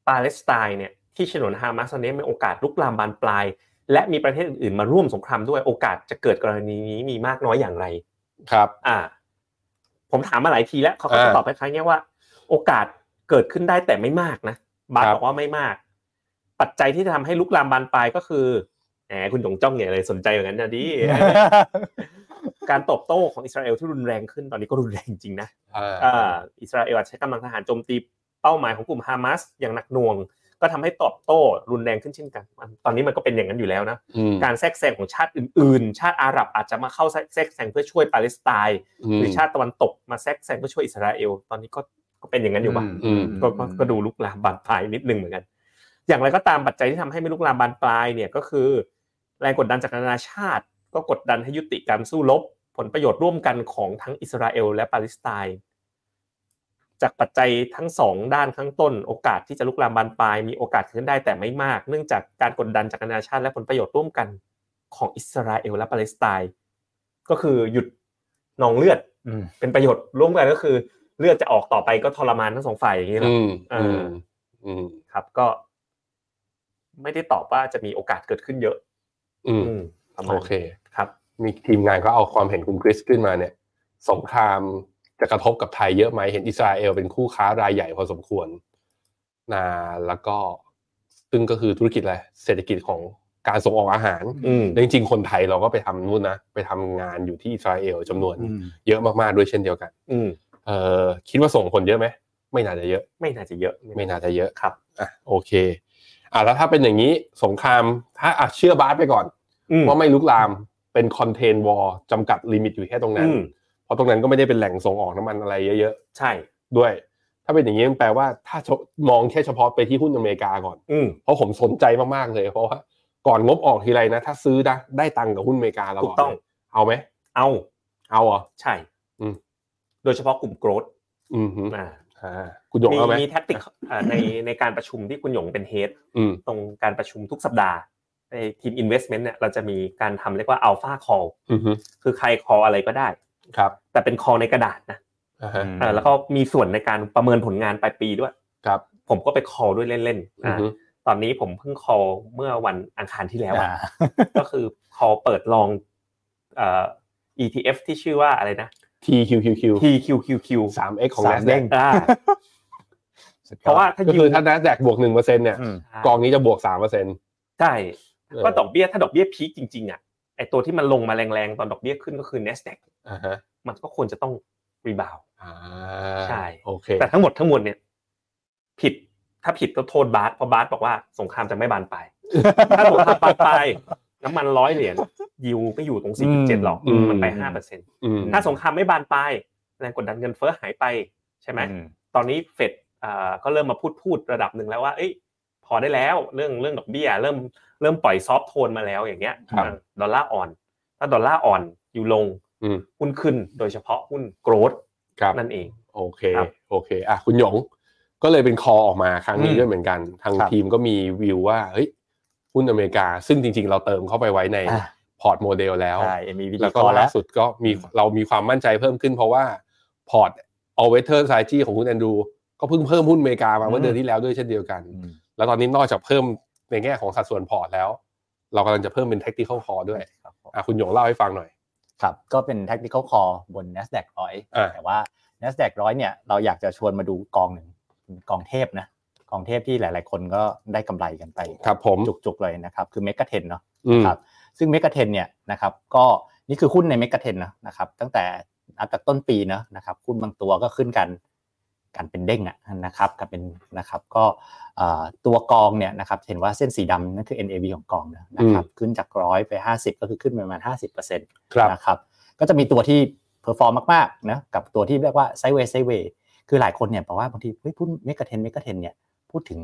S4: ปาเลสไตน์เนี่ยที่ฉนวนฮามาสตอนนี้มีโอกาสลุกลามบานปลาย และมีประเทศอื่นๆ มาร่วมสงครามด้วยโอกาสจะเกิดกรณีนี้มีมากน้อยอย่างไร
S2: ครับ
S4: อ่า ผมถามมาหลายทีแล้วเขาก็จะ
S2: อ่า
S4: ตอบคล้ายๆเงี้ยว่า โอกาสเกิดขึ้นได้แต่ไม่มากนะบาส
S2: ครับ
S4: บอกว่าไม่มาก ปัจจัยที่จะทำให้ลุกลามบานปลายก็คือแหมคุณหยงจ้องเนี่ยเลยสนใจอย่างนั้น นะดิ การตอบโต้ของอิสราเอลที่รุนแรงขึ้นตอนนี้ก็รุนแรงจริงนะ
S2: อ่า
S4: อ่าอิสราเอลอาจใช้กำลังทหารโจมตีเป้าหมายของกลุ่มฮามาสอย่างหนักหน่วง ก็ทำให้ตอบโต้รุนแรงขึ้นเช่นกันมันตอนนี้มันก็เป็นอย่างนั้นอยู่แล้วนะ
S2: อืม
S4: การแทรกแซงของชาติอื่นๆ ชาติอาหรับอาจจะมาเข้าแทรกแซงเพื่อช่วยปาเลสไตน์
S2: อืม
S4: หรือชาติตะวันตกมาแทรกแซงเพื่อช่วยอิสราเอล ตอนนี้ก็ก็เป็นอย่างนั้นอยู่บ้าง
S2: อืม
S4: ก็ก็ก็ดูลุกลามบานปลายนิดนึงเหมือนกัน อย่างไรก็ตามปัจจัยที่ทำให้ไม่ลุกลามบานปลายเนี่ยก็คือ แรงกดดันจากนานาชาติ ก็กดดันให้ยุติการสู้รบผลประโยชน์ร่วมกันของทั้งอิสราเอลและปาเลสไตน์จากปัจจัยทั้งสองด้านข้างต้น โอกาสที่จะลุกลามบานปลาย มีโอกาสขึ้นได้แต่ไม่มาก เนื่องจากการกดดันจากนานาชาติและผลประโยชน์ร่วมกันของอิสราเอลและปาเลสไตน์ก็คือหยุดหนองเลือด
S3: อืม
S4: เป็นประโยชน์ร่วมกันก็คือ เลือดจะออกต่อไปก็ทรมานทั้งสองฝ่ายอย่างนี้เหรอ
S2: อืม
S4: เอ
S2: อื
S4: อ
S2: มอืม
S4: ครับก็ ไม่ได้ตอบว่าจะมีโอกาสเกิดขึ้นเยอะ
S2: อืม
S4: อืมประมาณ
S2: โอเค
S4: ครับ
S2: มีทีมงานก็เอาความเห็นคุณคริสขึ้นมาเนี่ย สงครามจะกระทบกับไทยเยอะไหมเห็นอิสราเอลเป็นคู่ค้ารายใหญ่พอสมควรนะแล้วก็ซึ่งก็คือธุรกิจอะไรเศรษฐกิจของการส่งออกอาหาร
S4: อืม
S2: แต่จริงๆ คนไทยเราก็ไปทำนู่นนะ ไปทำงานอยู่ที่อิสราเอลจำนวน
S3: อืม
S2: เยอะมากๆด้วยเช่นเดียวกัน
S4: อืม
S2: เออคิดว่าส่งคนเยอะไหม ไม่น่าจะเยอะ
S4: ไม่น่าจะเยอะ
S2: ไม่น่าจะเยอะ
S4: ครับ
S2: อ่ะโอเคอ่ะแล้วถ้าเป็นอย่างนี้สงครามถ้าอ่ะเชื่อบาสไปก่อน
S4: อืม
S2: ว่าไม่ลุกลามเป็นคอนเทน วอร์จำกัดลิมิตอยู่แค่ตรงนั้น
S4: อืม
S2: เพราะตรงนั้นก็ไม่ได้เป็นแหล่งส่งออกน้ำมันอะไรเยอะ
S4: ใช่
S2: ๆด้วย ถ้าเป็นอย่างนี้มันแปลว่าถ้ามองแค่เฉพาะไปที่หุ้นอเมริกาก่อน
S4: อืม
S2: เพราะผมสนใจมากๆเลย เพราะว่าก่อนงบออกทีไรนะ ถ้าซื้อนะได้ตังค์กับหุ้นอเมริกาตลอด
S4: ถูกต้อง
S2: เอาไหม
S4: เอา
S2: เอาเหรอ
S4: ใช่
S2: อืม
S4: โดยเฉพาะกลุ่มโกรด
S2: อืมฮึ
S4: อ่า
S2: อ่าคุณหยง
S4: มี
S2: เอาไหม
S4: มีแท็กติกอ่าในในการประชุมที่คุณหยงเป็นเฮด
S2: อืม
S4: ตรงการประชุมทุกสัปดาห์ในทีม Investment เนี่ยเราจะมีการทำเรียกว่า Alpha Call
S2: อืมฮึ
S4: คือใคร call อะไรก็ได้
S2: ครับ
S4: แต่เป็น call ในกระดาษนะ
S2: อ่าฮะ
S4: อ่าแล้วก็มีส่วนในการประเมินผลงานปลายปีด้วย
S2: ครับ
S4: ผมก็ไปคอลด้วยเล่นๆ
S2: อือ
S4: อ่า
S2: ฮึ
S4: ตอนนี้ผมเพิ่งคอลเมื่อวันอังคารที่แล้วอะ
S3: อ่า
S4: ก็คือพอเปิดลองเอ่อ ETF ที่ชื่อว่าอะไรนะ
S2: TQQQ
S4: TQQQ
S2: สาม X ของ
S3: สาม
S2: NASDAQ
S3: เด้ง
S4: อ่า
S3: สุดยด
S4: เพราะว่าถ้า
S2: ก็
S4: ยิ
S2: คื
S4: ว
S2: อถ้า NASDAQ บวกหนึ่งเปอร์เซ็นต์เนี่ย
S3: อืม
S2: กองนี้จะบวกสามเปอร์เซ็นต์
S4: ใช่
S2: เออ
S4: ก็ดอกเบี้ยถ้าดอกเบี้ยพีคจริงๆอ่ะไอตัวที่มันลงมาแรงๆ ตอนดอกเบี้ยขึ้นก็คือ NASDAQ
S2: อ่าฮะ
S4: มันก็ควรจะต้องรีบาว
S2: อ่า
S4: ใช่
S2: โอเค
S4: แต่ทั้งหมดทั้งมวลเนี่ย ผิดถ้าผิดก็โทษบาสเพราะบาสบอกว่าสงครามจะไม่บานปลาย ถ้าสงครามบานปลายน้ำมันร้อยเหรียญยิวไม่อยู่ตรง
S3: อืม
S4: 4.7หรอก
S2: อืม
S4: มันไป5%เปอร์เซ็น
S2: อืม
S4: ถ้าสงครามไม่บานปลายแรงกดดันเงินเฟ้อหายไปใช่ไหม
S3: อืม
S4: ตอนนี้เฟดอ่าก็เริ่มมาพูดพูดระดับหนึ่งแล้วว่า เอ้ย พอได้แล้วเรื่องเรื่องดอกเบี้ยเริ่มเริ่มปล่อยซอฟโทนมาแล้วอย่างเงี้ย
S2: ครับ
S4: อ่าดอลลาร์อ่อนถ้าดอลลาร์อ่อนอยู่ลง
S2: อืม
S4: หุ้นขึ้นโดยเฉพาะหุ้นโกรด
S2: ครับ
S4: นั่นเอง
S2: โอเค
S4: ครับ
S2: โอเค อ่ะ คุณหยง ก็เลยเป็นคอออกมาครั้งนี้
S4: อืม
S2: ด้วยเหมือนกัน ทาง
S3: ครับ
S2: ทีมก็มีวิวว่า เฮ้ย หุ้นอเมริกา ซึ่งจริง ๆ เราเติมเข้าไปไว้ใน
S3: อ่ะ
S2: พอร์ตโมเดลแล้ว
S3: ใช่ MEV
S2: แล้วก็
S3: พอแล้
S2: ล่าว สุดก็มี เรามีความมั่นใจเพิ่มขึ้นเพราะว่าพอร์ต all weather strategy ของคุณแอนดูก็เพิ่งเพิ่มหุ้นอเมริกามาเมื่อ
S3: ม
S2: เดือนที่แล้วด้วยเช่นเดียวกัน
S3: อืม
S2: แล้วตอนนี้นอกจากเพิ่มในแง่ของสัดส่วนพอร์ตแล้ว เรากำลังจะเพิ่มเป็น tactical call ด้วย
S3: ครับผม
S2: อ่ะ คุณหยงเล่าให้ฟังหน่อย
S3: ครับ ก็เป็น technical call บน NASDAQ
S2: อ่า
S3: 100 แต่ว่า NASDAQ 100เนี่ย เราอยากจะชวนมาดูกองหนึ่งกองเทพนะ กองเทพที่หลาย ๆ คนก็ได้กำไรกันไป
S2: ครับผม
S3: จุก ๆ เลยนะครับ คือ Mega Ten เนาะ
S2: อืม
S3: ครับ ซึ่งเมกะเทนเนี่ยนะครับก็นี่คือหุ้นในเมกะเทนนะนะครับตั้งแต่นับจากต้นปีเนอะนะครับหุ้นบางตัวก็ขึ้นกันกันเป็นเด้งอะนะครับกันเป็นนะครับก็เอ่อตัวกองเนี่ยนะครับเห็นว่าเส้นสีดำนั่นคือ NAV ของกองนะนะครับขึ้นจากร้อยไป 50 ก็คือขึ้นไปประมาณ 50%น
S2: ครับ
S3: ะครับก็จะมีตัวที่เพอร์ฟอร์มมากๆนะกับตัวที่เรียกว่าไซเว y s ไซเว y คือหลายคนเนี่ยบอกว่าบางทีเฮ้ยหุ้นเมกะเทนเมกะเทนเนี่ยพูดถึง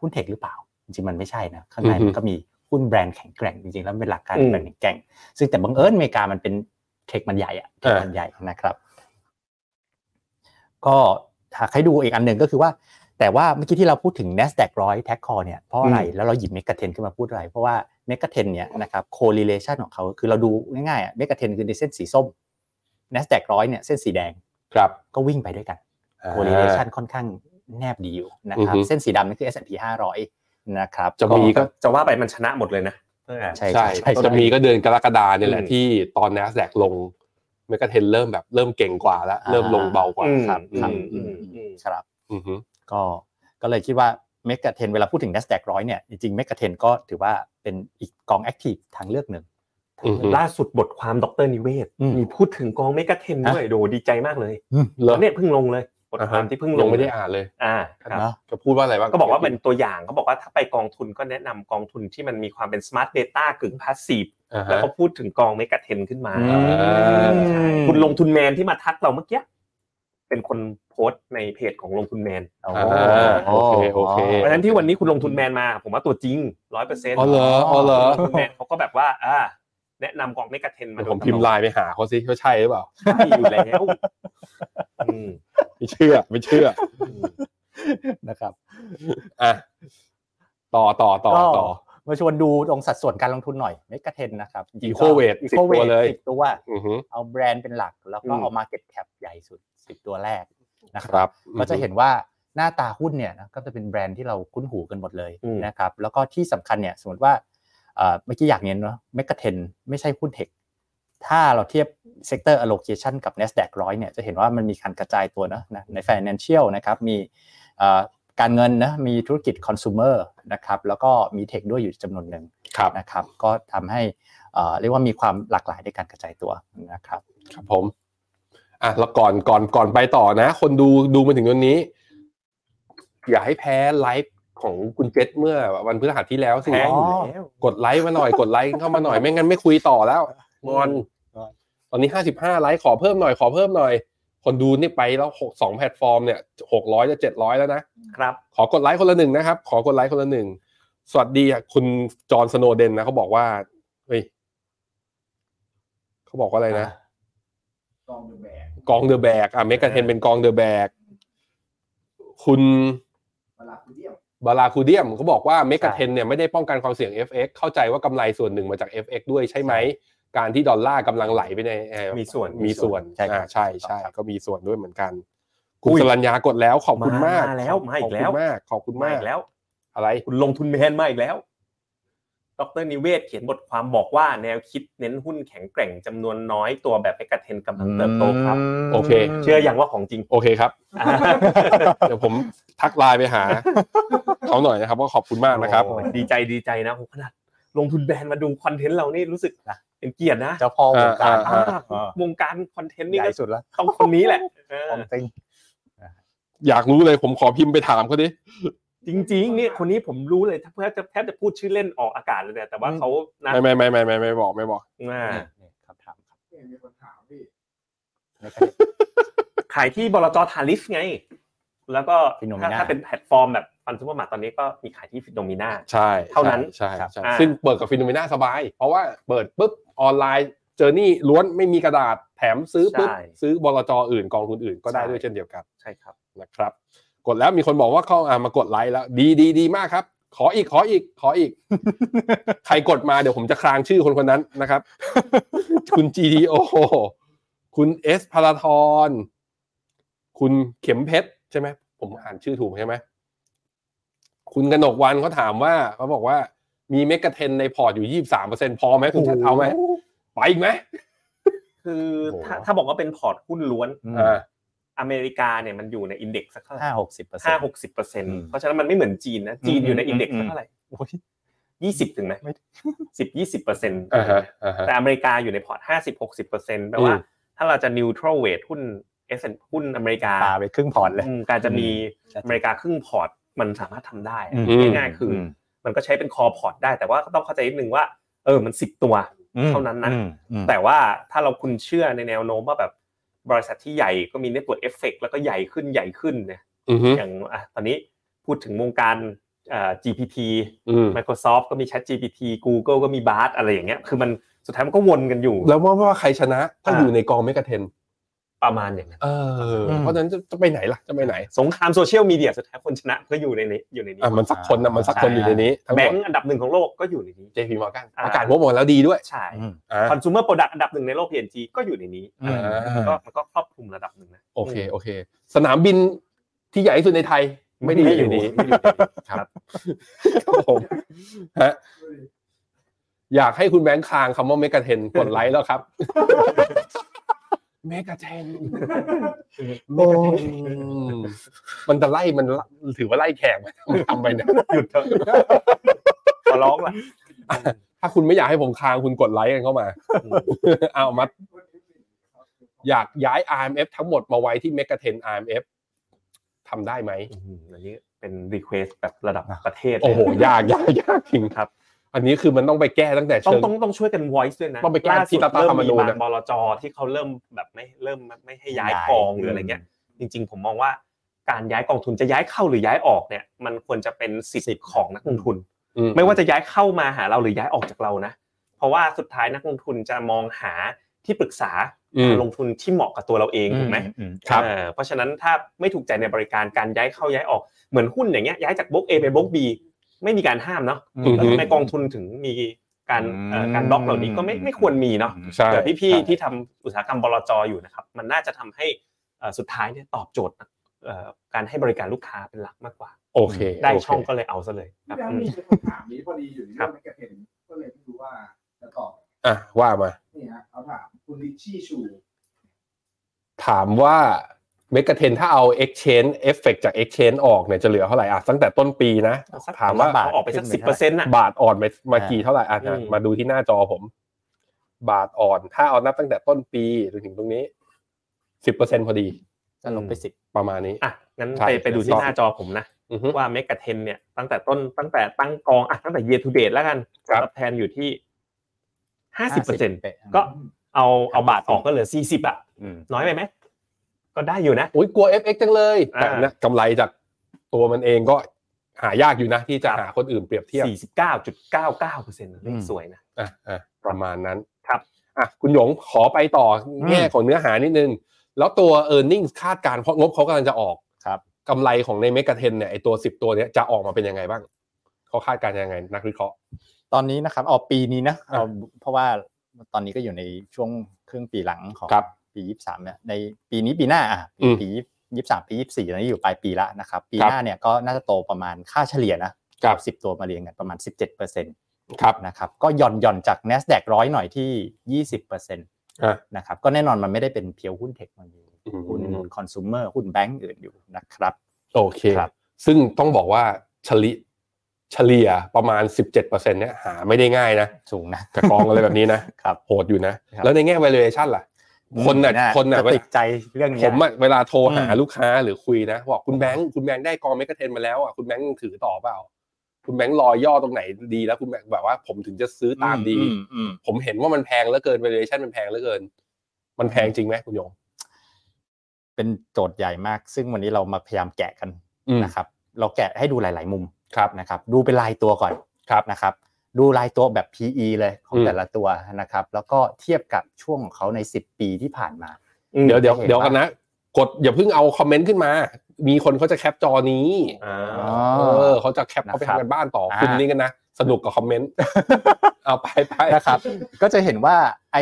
S3: หุ้นเทคหรือเปล่า จริงๆมันไม่ใช่นะข้างใน
S2: อือฮึ
S3: มันก็มีหุ้นแบรนด์แข็งแกร่งจริงๆแล้วมันเป็นหลักการ
S4: อืม
S3: แบรนด์แข็งแกร่ง ซึ่งแต่บังเอิญอเมริกามันเป็นเทคมันใหญ่อะเทคมันใหญ่นะครับ ก็หากให้ดูอีกอันหนึ่งก็คือว่า แต่ว่าเมื่อกี้ที่เราพูดถึง N a s d a q ร้อยแท็กคอเนี่ยเพราะอะไรแล้วเราหยิบเมกะเทนขึ้นมาพูดอะไร เพราะว่าเมกะเทนเนี่ยนะครับ correlation ของเขาคือเราดูง่ายๆอะเมกะเทนคือในเส้นสีส้ม N a s d a q ร้อยเนี่ยเส้นสีแดง
S2: ครับ
S3: ก็วิ่งไปด้วยกัน correlation ค่อนข้างแนบดีอยู่นะครับ
S2: อือฮึ
S3: เส้นสีดำนั่นคือ S&P 500นะครับ
S2: จะมีก็
S4: จะว่าไปมันชนะหมดเลยนะ
S3: ใช่
S2: ใช่
S3: ใช่ใช่
S2: จะมีก็เดือนกรกฎาเนี่ยแหละ
S4: อืม
S2: ที่ตอน NASDAQ ลงเมกะเทนเริ่มแบบเริ่มเก่งกว่าแล้ว
S3: อ่า
S2: เริ่มลงเบากว่า
S4: อืม
S3: ครับ
S2: อืม
S3: ครับ
S4: อืมอืม
S3: ครับ
S2: อือฮึ
S3: ก็ก็เลยคิดว่าเมกะเทนเวลาพูดถึง NASDAQ ร้อยเนี่ยจริงๆเมกะเทนก็ถือว่าเป็นอีกกองแอคทีฟทางเลือกหนึ่ง
S2: อือฮึ
S4: ล่าสุดบทความดรนิเวศน์
S3: อืม
S4: มีพูดถึงกองเมกะเทนด้วยโดดีใจมากเลย
S2: เลิก
S4: เนี่ยเพิ่งลงเลยบทความที่เพิ่งลง
S2: ไม่ได้อ่านเลย
S4: อ่าครับ
S3: เนอะ
S2: จะพูดว่าอะไรบ้าง
S4: ก็บอกว่าเป็นตัวอย่างเขาบอกว่าถ้าไปกองทุนก็แนะนำกองทุนที่มันมีความเป็นสมาร์ทเบต้ากึ่งพาสซีฟ
S2: อ่า
S4: แล้ว
S2: ฮะ
S4: ก็พูดถึงกองเมกะเทนขึ้นมา
S3: อืม
S4: ใช่ คุณลงทุนแมนที่มาทักเราเมื่อกี้เป็นคนโพสต์ในเพจของลงทุนแมน
S3: โอ้
S2: อ่าโอเคโอเค
S4: เพราะฉะนั้นที่วันนี้คุณลงทุนแมนมา ผมว่าตัวจริงร้อยเปอร์เซ็นต์
S2: อ๋อเหรออ๋อเหรอ
S4: ลงทุนแมนเขาก็แบบว่าอ่าแนะนำกองเมกะเทนมา
S2: เดี๋ยว
S4: โด
S2: ผม
S4: ยตลอด
S2: พิมพ์ไลน์ไปหาเขาสิเขาใช่หรือเปล่า
S4: ใช่อยู่ แล้วอืม
S2: ไม่เชื่อ ไม่เชื่อ
S4: อืม
S3: นะครับ
S2: อ่ะต่อต่อต่อ
S3: ก็
S2: ต่อ
S3: มาชวนดูตรงสัดส่วนการลงทุนหน่อยเมกะเทนนะครับ
S2: Eco weight
S3: อี
S2: สิบ
S3: โค
S2: ตั
S3: เว
S2: ว
S3: ท
S2: เลย
S3: สิบตัว
S2: อือฮึ
S3: เอาแบรนด์เป็นหลัก แล้วก็
S4: อืม
S3: เอามาเก็ตแคปใหญ่สุดสิบตัวแรกนะค
S2: ครับ รับ
S3: ก็จะเห็นว่าหน้าตาหุ้นเนี่ยนะก็จะเป็นแบรนด์ที่เราคุ้นหูกันหมดเลย
S4: อืม
S3: นะครับแล้วก็ที่สำคัญเนี่ยสมมติว่าเอ่อเมื่อกี้อยากเน้นเนาะเมกะเทนไม่ใช่หุ้นเทคถ้าเราเทียบเซกเตอร์ allocation กับ NASDAQ 100เนี่ยจะเห็นว่ามันมีการกระจายตัวเนอะนะใน financial นะครับมีเอ่อการเงินนะมีธุรกิจ consumer นะครับแล้วก็มีเทคด้วยอยู่จำนวนหนึ่ง
S2: ครับ
S3: นะครับก็ทำให้เอ่อเรียกว่ามีความหลากหลายในการกระจายตัวนะครับ
S2: ครับผม อ่ะแล้วก่อนก่อนก่อนไปต่อนะ คนดูดูมาถึงตรงนี้ อย่าให้แพ้ไลฟ์ของคุณเจษเมื่อวันพฤหัสที่แล้วสิ
S4: แพ้อยู่
S3: อ๋อ
S4: แล้ว
S2: กดไลค์มาหน่อย กดไลค์เข้ามาหน่อยไม่งั้นไม่คุยต่อแล้วงอน ตอนนี้ห้าสิบห้าไลค์ขอเพิ่มหน่อยขอเพิ่มหน่อย คนดูนี่ไปแล้วหกสองแพลตฟอร์มเนี่ยหกร้อยจะเจ็ดร้อยแล้วนะ
S4: ครับ
S2: ขอกดไลค์คนละหนึ่งนะครับ ขอกดไลค์คนละหนึ่ง สวัสดีอ่ะคุณจอห์นสโนเดนนะเขาบอกว่าเฮ้ยเขาบอกว่าอะไรนะ
S5: กองเดอะแบก
S2: กองเดอะแบกอ่ะเมกาเทนเป็นกองเดอะแบกคุณ
S5: มาลาคุณเดียว
S2: บาราคูเดียมเขาบอกว่าเมกาเทนเนี่ยไม่ได้ป้องกันความเสี่ยง FX เข้าใจว่ากำไรส่วนหนึ่งมาจาก FX ด้วยใช่ไหม การที่ดอลลาร์กำลังไหลไปในเอ่อ
S4: มีส่วน
S2: มีส่วน
S3: ใช่ครับ
S2: อ่าใช่ใช่
S3: ถูกต้องครับ
S2: ก็มีส่วนด้วยเหมือนกันคุณสรัญญากดแล้วขอบคุณมาก
S4: มาแล้วมาอีกแล้
S2: ข
S4: ว
S2: อบคุณมากขอบคุ
S4: มาม
S2: ณาก
S4: อีกแล้ว
S2: อะไร
S4: คุณลงทุนแมนมาอีกแล้ว ดรนิเวศเขียนบทความบอกว่าแนวคิดเน้นหุ้นแข็งแกร่งจำนวนน้อยตัวแบบเอกเทนกำลังเติบโตครับ
S2: โอเค
S4: เชื่ออย่างว่าของจริง
S2: โอเคครับ เดี๋ยวผมทักไลน์ไปหาเขาหน่อยนะครับว่าขอบคุณมากนะครับ
S4: โอ้ยดีใจดีใจนะโหขนาดลงทุนแบรนด์มาดูคอนเทนต์เรานี่รู้สึกนะเป็นเกียรตินะ
S3: เจ้าพ่อวงการ
S2: อ่า
S3: อ่าว
S4: งการคอนเทนต์
S3: ให
S4: นี่
S3: ญ่
S4: ก็
S3: สุดแล้ว
S4: ต้องคนนี้แหละเออ
S3: ของจริง
S2: อยากรู้เลยผมขอพิมพ์ไปถามเขาดิ
S4: จริงๆเนี่ยคนนี้ผมรู้เลยถ้าแทบจะแทบจะพูดชื่อเล่นออกอากาศเลยเนี่ยแต่ว่า
S3: อืม
S4: เขานะ
S2: ไม่ไม่ไม่ไม่ไม่ไม่บอกไม่บอก
S4: อ่า
S3: เนี่ยคำถามครับ
S5: เนี่ยมีคนถามพี่
S4: ขายที่บลจทาริฟไง แล้วก็
S3: Phenomena
S4: ถ้าถ้าเป็นแพลตฟอร์มแบบฟันซูเปอร์มาร์ตตอนนี้ก็มีขายที่ฟิโนมิน่า
S2: ใช่
S4: เท่านั้น
S2: ใช่
S3: ครับ
S2: ใช่
S4: อ่า
S2: ซึ่งเปิดกับฟิโนเมนาสบาย เพราะว่าเปิดปุ๊บออนไลน์เจอนี่ล้วนไม่มีกระดาษแถมซื้อปุ๊บ
S4: ใช่
S2: ซื้อบลจอื่นกองทุนอื่นก็ได้ด้วยเช่นเดียวกัน
S4: ใช่ครับ
S2: นะครับ กดแล้วมีคนบอกว่าเข้าอ่ามากดไลค์แล้ว ดีดีดีมากครับ ขออีกขออีกขออีก ใครกดมาเดี๋ยวผมจะคลางชื่อคนคนนั้นนะครับ คุณ GTO คุณเอสพาราทรคุณเข็มเพชรใช่ไหมผมอ่านชื่อถูกใช่ไหม คุณกนกวันเขาถามว่าเขาบอกว่ามีเมกะเทรนในพอร์ตอยู่ยี่สามเปอร์เซ็นพอไหมคุณชัดเอาไหมไปอีกไหม
S4: คือ
S2: โอ้โห
S4: ถ้าถ้าบอกว่าเป็นพอร์ตหุ้นล้วน
S3: อืม
S2: อ่า
S4: อเมริกาเนี่ยมันอยู่ในอินเด็กซ์สักเท่าไหร่
S3: ห้าหกสิบเปอร์เซ็น
S4: ห้า
S3: ต์
S4: หกสิบเปอร์เซ็นต์
S3: ม
S4: เพราะฉะนั้นมันไม่เหมือนจีนนะ จีนอยู่ในอินเด็กซ์
S3: อืมอืม
S4: เท่าไหร่ยี่สิบถึงไหม
S3: ไม่
S4: สิบยี่สิบเปอร์เซ็นต์
S2: อ่าฮะอ่าฮะ
S4: แต่อเมริกาอยู่ในพอร์ตห้าสิบหกสิบเปอร์เซ็นต์แปลว่า
S2: อืม
S4: ถ้าเราจะนิวทรัลเวทหุ้นเอสหุ้นอเมริกา
S3: ปาไปครึ่งพอร์ตเลย
S4: อืมการจะมี
S3: อืม
S4: อเมริกาครึ่งพอร์ตมันสามารถทำได้อะ
S3: อืม
S4: ง่ายๆคือ มันก็ใช้เป็นคอพอร์ตได้ แต่ว่าก็ต้องเข้าใจนิดนึงว่า เออมันสิบตัว เท่านั้นนะ
S3: แต่
S4: แต่ว่าถ้าเราคุณเชื่อในแนวโน้มว่าแบบบริษัทที่ใหญ่ก็มีเน็ตเวิร์กเอฟเฟกแล้วก็ใหญ่ขึ้นใหญ่ขึ้นเนี่ย
S2: อือฮึ
S4: อย่างอ่ะตอนนี้พูดถึงวงการเอ่อ GPT
S2: อืม
S4: Microsoft ก็มี Chat GPT Google ก็มี Bard อะไรอย่างเงี้ย คือมันสุดท้ายมันก็วนกันอยู่
S2: แล้วว่าว่าใครชนะก็
S4: อ่า
S2: อยู่ในกองเมกะเทรน
S4: ประมาณอย่างนั้น
S2: เออเพราะฉะนั้นจะจะไปไหนล่ะจะไปไหน
S4: สงครามโซเชียลมีเดียสุดท้ายคนชนะก็อยู่ในนี้อยู่ในนี้
S2: อ่ะมันสักคนนะมันสักคนอยู่ในนี้ทั้งห
S4: แบ
S2: มด
S4: งก์อันดับหนึ่งของโลกก็อยู่ในนี้
S2: JP Morgan
S4: อ่า
S2: ประกาศงบออกมาแล้วดีด้วย
S4: ใช่
S2: อ่า
S4: คอน sumer product อันดับหนึ่งในโลก PNG ก็อยู่ในนี้
S2: อ่า
S4: ก็มันก็ครอบคลุมระดับหนึ่งนะ
S2: โอเคโอเค สนามบินที่ใหญ่ที่สุดในไทยไม่ได้อยู่ในนี้
S4: ไม่ได้อยู่ในนี้
S2: ครับครับผมฮะ อยากให้คุณแบงค์คางคำว่าเมกะเทนกดไลค์แล้วครับ เมกะเทนเมกะเทนมันจะไล่มันละถือว่าไล่แขกไหม ทำไปเนี่ย
S4: หยุดเถอะขอร้องละ
S2: ถ้าคุณไม่อยากให้ผมคางคุณกดไลค์กันเข้ามา เอามา อยากย้าย RMF ทั้งหมดมาไว้ที่เมกะเทน RMF ทำได้ไหม
S4: อืมอันนี้เป็นรีเควสแบบระดับประเทศเลย
S2: โอ้โห ยาก ยากยากจริง
S4: ครับ
S2: อันนี้คือมันต้องไปแก้ตั้งแต่
S4: ต้อง
S2: เชิง
S4: ต้องต้องช่วยกัน voice ด้วยนะ
S2: ต้องไปแก้
S4: ล่า
S2: ที่
S4: สุด
S2: รัฐธรรม
S4: เริ่มมี
S2: นูญ
S4: บาง
S2: นะ
S4: บลจที่เขาเริ่มแบบไม่เริ่มไม่ให้ย้าย
S3: ย้าย
S4: กองหรืออะไรเงี้ย จริง ๆ ผมมองว่าการย้ายกองทุนจะย้ายเข้าหรือย้ายออกเนี่ย มันควรจะเป็นสิทธิ์ของนักลงทุน
S2: อื
S4: ไม่ว่าจะย้ายเข้ามาหาเราหรือย้ายออกจากเรานะ เพราะว่าสุดท้ายนักลงทุนจะมองหาที่ปรึกษา
S2: อืม
S4: การลงทุนที่เหมาะกับตัวเราเองถูกไหม
S2: ครับ
S4: เออเพราะฉะนั้นถ้าไม่ถูกใจในบริการการย้ายเข้าย้ายออกเหมือนหุ้นอย่างเงี้ยย้ายจากบล็อกเอไปบล็อกบีไม่มีการห้ามเนาะ
S2: อือ
S4: แล้ว
S2: ฮึ
S4: ทำไมกองทุนถึงมีการเอ่อการบล็อกเหล่านี้ก็ไม่ไม่ควรมีเนาะ
S2: ใช่
S4: แต่พี่ๆที่ทำอุตสาหกรรมบลจอยู่นะครับ มันน่าจะทำให้เอ่อสุดท้ายเนี่ยตอบโจทย์เอ่อการให้บริการลูกค้าเป็นหลักมากกว่า
S2: โอเค
S4: ได้
S2: โเค
S4: ช่องก็เลยเอาซะเลยค
S5: พี่
S4: รับ
S5: แบงค์มี
S4: อืม
S5: คนถามนี้พอดีอยู่ในเรื่องเมกะเทรนก็เลยไม่รู้ว่าจะตอบ
S2: อ่ะว่ามา
S5: นี่ฮะเขาถามคุณลิชชี่ชู
S2: ถามว่าเมกะเทนถ้าเอา Exchange Effect จาก Exchange ออกเนี่ยจะเหลือเท่าไหร่อ่ะตั้งแต่ต้นปีนะ
S4: สัก
S2: ถามว่า
S3: บาท
S4: เอาออกไปสักสิบเปอร์เซ็นต์น่ะ
S2: บาทอ่อนไปมากี่เท่าไหร่อ่ะ
S4: อืม
S2: มาดูที่หน้าจอผม บาทอ่อน ถ้าเอานับตั้งแต่ต้นปีจนถึงตรงนี้สิบเปอร์เซ็นพอดี
S3: จะลงไปสิบ
S2: ประมาณนี้
S4: อ่ะงั้น
S2: ใช่
S4: ไปไปดูที่
S2: ถูกต้อง
S4: หน้าจอผมนะ
S2: อือฮึ
S4: ว่าเมกะเทนเนี่ยตั้งแต่ต้นตั้งแต่ตั้งกองอ่ะตั้งแต่ year to date แล้วกัน
S2: ครับ
S4: ตอบแทนอยู่ที่ห้าสิบเปอร์เซ็นต์
S3: 50%
S4: ก็เอาเอาบาทออกก็เหลือสี่สิบอ่ะน้อยไปไหมก็ได้อยู่นะ
S2: โอ้ยกลัว FX จังเลย
S4: อ่า
S2: แต่นะกำไรจากตัวมันเองก็หายากอยู่นะ ที่จะหาคนอื่นเปรียบเทียบ
S4: สี่สิบเก้าจุดเก้าเก้าเปอร์เซ็นต์เลขสวยนะ
S2: อ่ะอ่ะประมาณนั้น
S4: ครับ
S2: อ่ะคุณหยงขอไปต่อแง่
S3: อืม
S2: ของเนื้อหานิดนึง แล้วตัว e a r n i n g คาดการณ์เพราะงบเขากำลังจะออก
S3: ครับ
S2: กำไรของในเมกะเทนเนี่ยไอตัว 10 ตัวเนี้ยจะออกมาเป็นยังไงบ้างเขาคาดการณ์ยังไง นักวิเคราะห์
S3: ตอนนี้นะครับเอาปีนี้นะ
S2: อ่ะ
S3: เอาเพราะว่า ตอนนี้ก็อยู่ในช่วงครึ่งปีหลังของ
S2: ครับ
S3: ปียี่สามเนี่ยในปีนี้ปีหน้าอ่ะ
S2: อืม
S3: ปียี่สามปียี่สี่ตอนนี้อยู่ปลายปีละนะครับปี
S2: ครั
S3: ห
S2: บ
S3: น้าเนี่ยก็น่าจะโตประมาณค่าเฉลี่ยนะครับ สิบตัวมาเรียงกันประมาณ 17%เปอร์เซ็นต
S2: ครับ
S3: นะครับก็หย่อนหย่อนจาก N a s d a q ร้อยหน่อยที่ 20เปอร์เซ็นต์
S2: อ่ะ
S3: นะครับก็แน่นอนมันไม่ได้เป็นเพียวหุ้นเทคมันมี
S2: อืม
S3: หุ้นคอน sumer หุ้นแบงก์อื่นอยู่นะครับ
S2: โอเค
S3: ครับ
S2: ซึ่งต้องบอกว่าเฉลิเฉลี่ยประมาณ 17%เนี่ยหาไม่ได้ง่ายนะ
S3: สูงนะ
S2: กับกองอะไรแบบนี้นะ
S3: ครับ
S2: โหดอยู่นะ
S3: ครับ
S2: แล้วในแง่ valuation ล่ะ คนน่ะ
S3: า
S2: คนน่ะ
S3: จ
S2: เวลา
S3: ติดใจเรื่อง
S2: ผ
S3: เนี้ย
S2: มอะเวลาโทรหา
S3: อืม
S2: ลูกค้าหรือคุยนะบอกคุณแบงค์คุณแบงค์ได้กองเมกะเทรนมาแล้วอ่ะคุณแบงค์ยังถือต่อเปล่า คุณแบงค์รอย่อตรงไหนดีแล้วคุณแบงค์แบบว่า ผมถึงจะซื้อตามดี
S3: อืมอืม
S2: ผมเห็นว่ามันแพงเหลือเกิน valuation มันแพงเหลือเกิน มันแพงจริงไหมคุณโยง
S3: เป็นโจทย์ใหญ่มาก ซึ่งวันนี้เรามาพยายามแกะกัน
S2: อืม
S3: นะครับ เราแกะให้ดูหลาย ๆ มุม
S2: ครับ
S3: นะครับ ดูเป็นรายตัวก่อน
S2: ครับ
S3: นะครับ ดูรายตัวแบบ PE เลยของ
S2: อืม
S3: แต่ละตัวนะครับ แล้วก็เทียบกับช่วงของเขาใน 10 ปีที่ผ่านมา
S4: อืม
S2: เดี๋ยวเดี๋ยว
S3: เห็นปะ
S2: เดี๋ยวกันนะ กดอย่าเพิ่งเอาคอมเมนต์ขึ้นมา มีคนเขาจะแคปจอนี้
S4: อ่า
S3: อ๋อ
S2: เออเขาจะแคปเขาไป
S3: นะครับ
S2: ทำกันบ้านต่ออา คุณนี่กันนะ สนุกกับคอมเมนต์ เอาไปไป
S3: นะครับ ก็จะเห็นว่าไอ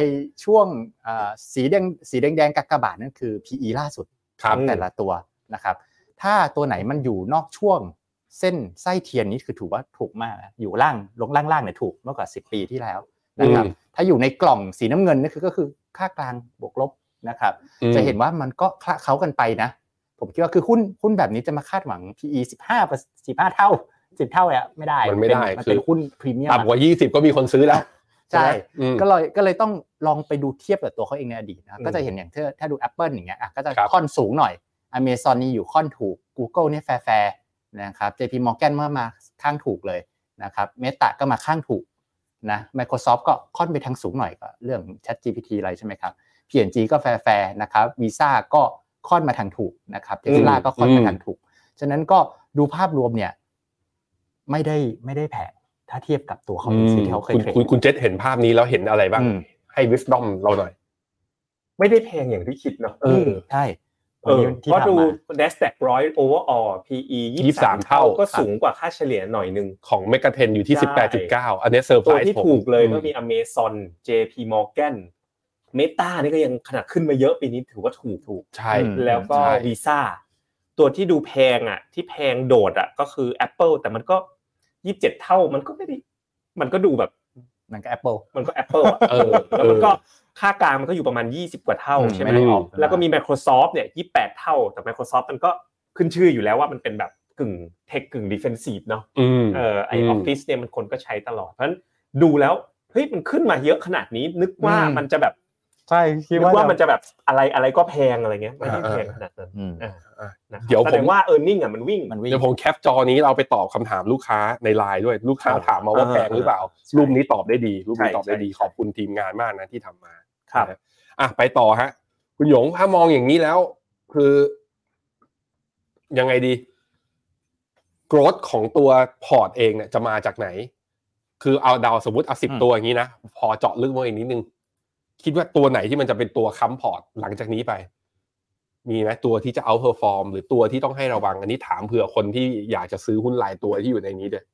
S3: ช่วงอ่าสีแดงสีแดงแดงๆกักกบาทนั่นคือ PE ล่าสุด
S2: ครับ
S3: ของแต่ละตัวนะครับ ถ้าตัวไหนมันอยู่นอกช่วงเส้นไส้เทียนนี้คือถือว่าถูกมากนะอยู่ล่างลงล่างๆเนี่ยถูกมากกว่า 10 ปีที่แล้วนะครับ
S2: อืม
S3: ถ้าอยู่ในกล่องสีน้ำเงินนี่คือก็คือค่ากลางบวกลบนะครับ จะเห็นว่ามันก็คละเขากันไปนะ ผมคิดว่าคือหุ้นหุ้นแบบนี้จะมาคาดหวัง PE 15 15 เท่า 10 เท่าเนี่ยไม่ได้
S2: มันไม่ได้
S3: มัน
S2: คื
S3: เป็น
S2: อ
S3: หุ้นพรีเมียม
S2: ต่ำกว่า 20 ก็มีคนซื้อแล้ว
S3: ใช่
S2: อืม
S3: ก็เลยก็เลยต้องลองไปดูเทียบกับตัวเขาเองในอดีตนะครับ
S2: อืม
S3: ก็จะเห็นอย่างเช่นถ้าดู Apple อย่างเงี้ยอ่ะก็จะ
S2: ครับ
S3: ค่อนสูงหน่อย Amazon นี่อยู่ค่อนถูก Google เนี่ยแฟร์ๆนะครับ JP Morgan เมื่อมาข้างถูกเลยนะครับ Meta ก็มาข้างถูกนะ Microsoft ก็ค่อนไปทางสูงหน่อยก็เรื่อง Chat GPT อะไรใช่ไหมครับ P&G ก็แฟร์ๆนะครับ Visa ก็ค่อนมาทางถูกนะครับ Tesla ก็ค่อนมาทางถูก ฉะนั้นก็ดูภาพรวมเนี่ยไม่ได้ไม่ได้แพงถ้าเทียบกับตัวเขาเองที่เขาเคย
S2: คุณ
S3: เทรด
S2: คุณคุณเจษเห็นภาพนี้แล้วเห็นอะไรบ้าง
S3: อืม
S2: ให้วิสดอมเราหน่อย
S4: ไม่ได้แพงอย่างที่คิดเนาะ
S2: เออ
S3: ใช่
S4: เออ
S3: ที่
S4: ก็
S3: ผ่าน
S4: ดู
S3: มา
S4: n a s d a q ร้อย overall PE ยี่สาม
S2: 23
S4: เท่า
S2: เท่า
S4: ก็สูงกว่าค่าเฉลี่ยหน่อยนึง
S2: ของเมกาเทนอยู่ที่
S4: ใช่
S2: 18.9 อันนี้เซอร์ไพร
S4: ตัว
S2: ส์
S4: ที่
S2: ผม
S4: ถูกเลยก็
S2: อื
S4: มี Amazon JP Morgan Meta นี่ก็ยังขนาดขึ้นมาเยอะปีนี้ถือว่าถูกถูก
S2: ใช่
S3: อืม
S4: แล้วก็
S2: ใช่
S4: Visa ตัวที่ดูแพงอ่ะ ที่แพงโดดอ่ะก็คือ Apple แต่มันก็ยี่สิบเจ็ดเท่ามันก็ไม่ได้มันก็ดูแบบ
S3: มันก็ Apple
S4: มันก็ Apple อ่ะ
S2: เออ
S4: แล้วมันก็ค่ากลางมันก็อยู่ประมาณ 20 กว่าเท่า
S3: อืม
S4: ใช่ไหม
S3: ไม่ได้ออกมา
S4: แล้วก็มี Microsoft เนี่ย28 เท่า แต่ Microsoft มันก็ขึ้นชื่ออยู่แล้วว่ามันเป็นแบบกึ่งเทคกึ่งดิเฟนซีฟเนาะ
S2: อืม
S4: เออไอ
S2: อื
S4: อ
S2: ม
S4: อฟฟิศเนี่ยมันคนก็ใช้ตลอด เพราะฉะนั้นดูแล้วเฮ้ยมันขึ้นมาเยอะขนาดนี้นึกว่า
S3: อืม
S4: มันจะแบบ
S3: ใช่
S4: นึกว่ามันจะแบบอะไรอะไรก็แพงอะไรเงี้ยไม่ได้แพงขนาดนั้น
S3: อืม
S4: นะครับ
S2: เดี๋ยวผม
S4: แสดงว่าเออร์เน็งอ่ะมันวิ่ง
S3: มันวิ่ง
S2: เดี๋ยวผมแคปจอนี้เราไปตอบคำถามลูกค้าในไลน์ด้วยลูกค้าถามมาว่า
S4: เออ
S2: แพงหรือเปล่า
S3: ใช่
S2: รูปนี้ตอบได้ดี รูปนี้
S4: ใช่
S2: ตอบได้ดี
S4: ใช่
S2: ขอบคุณทีมงานมากนะที่ทำมา
S4: ครับ
S2: อ่ะไปต่อฮะ คุณหยงถ้ามองอย่างนี้แล้ว คือ ยังไงดี growth ของตัวพอร์ตเองเนี่ยจะมาจากไหน คือเอาเดาวสมมติเอาสิบ
S3: อืม
S2: ตัวอย่างนี้นะ พอเจาะลึกมาอีกนิดนึง คิดว่าตัวไหนที่มันจะเป็นตัวค้ำพอร์ตหลังจากนี้ไป มีไหมตัวที่จะ outperform หรือตัวที่ต้องให้ระวัง อันนี้ถามเผื่อคนที่อยากจะซื้อหุ้นรายตัวที่อยู่ในนี้ด้วย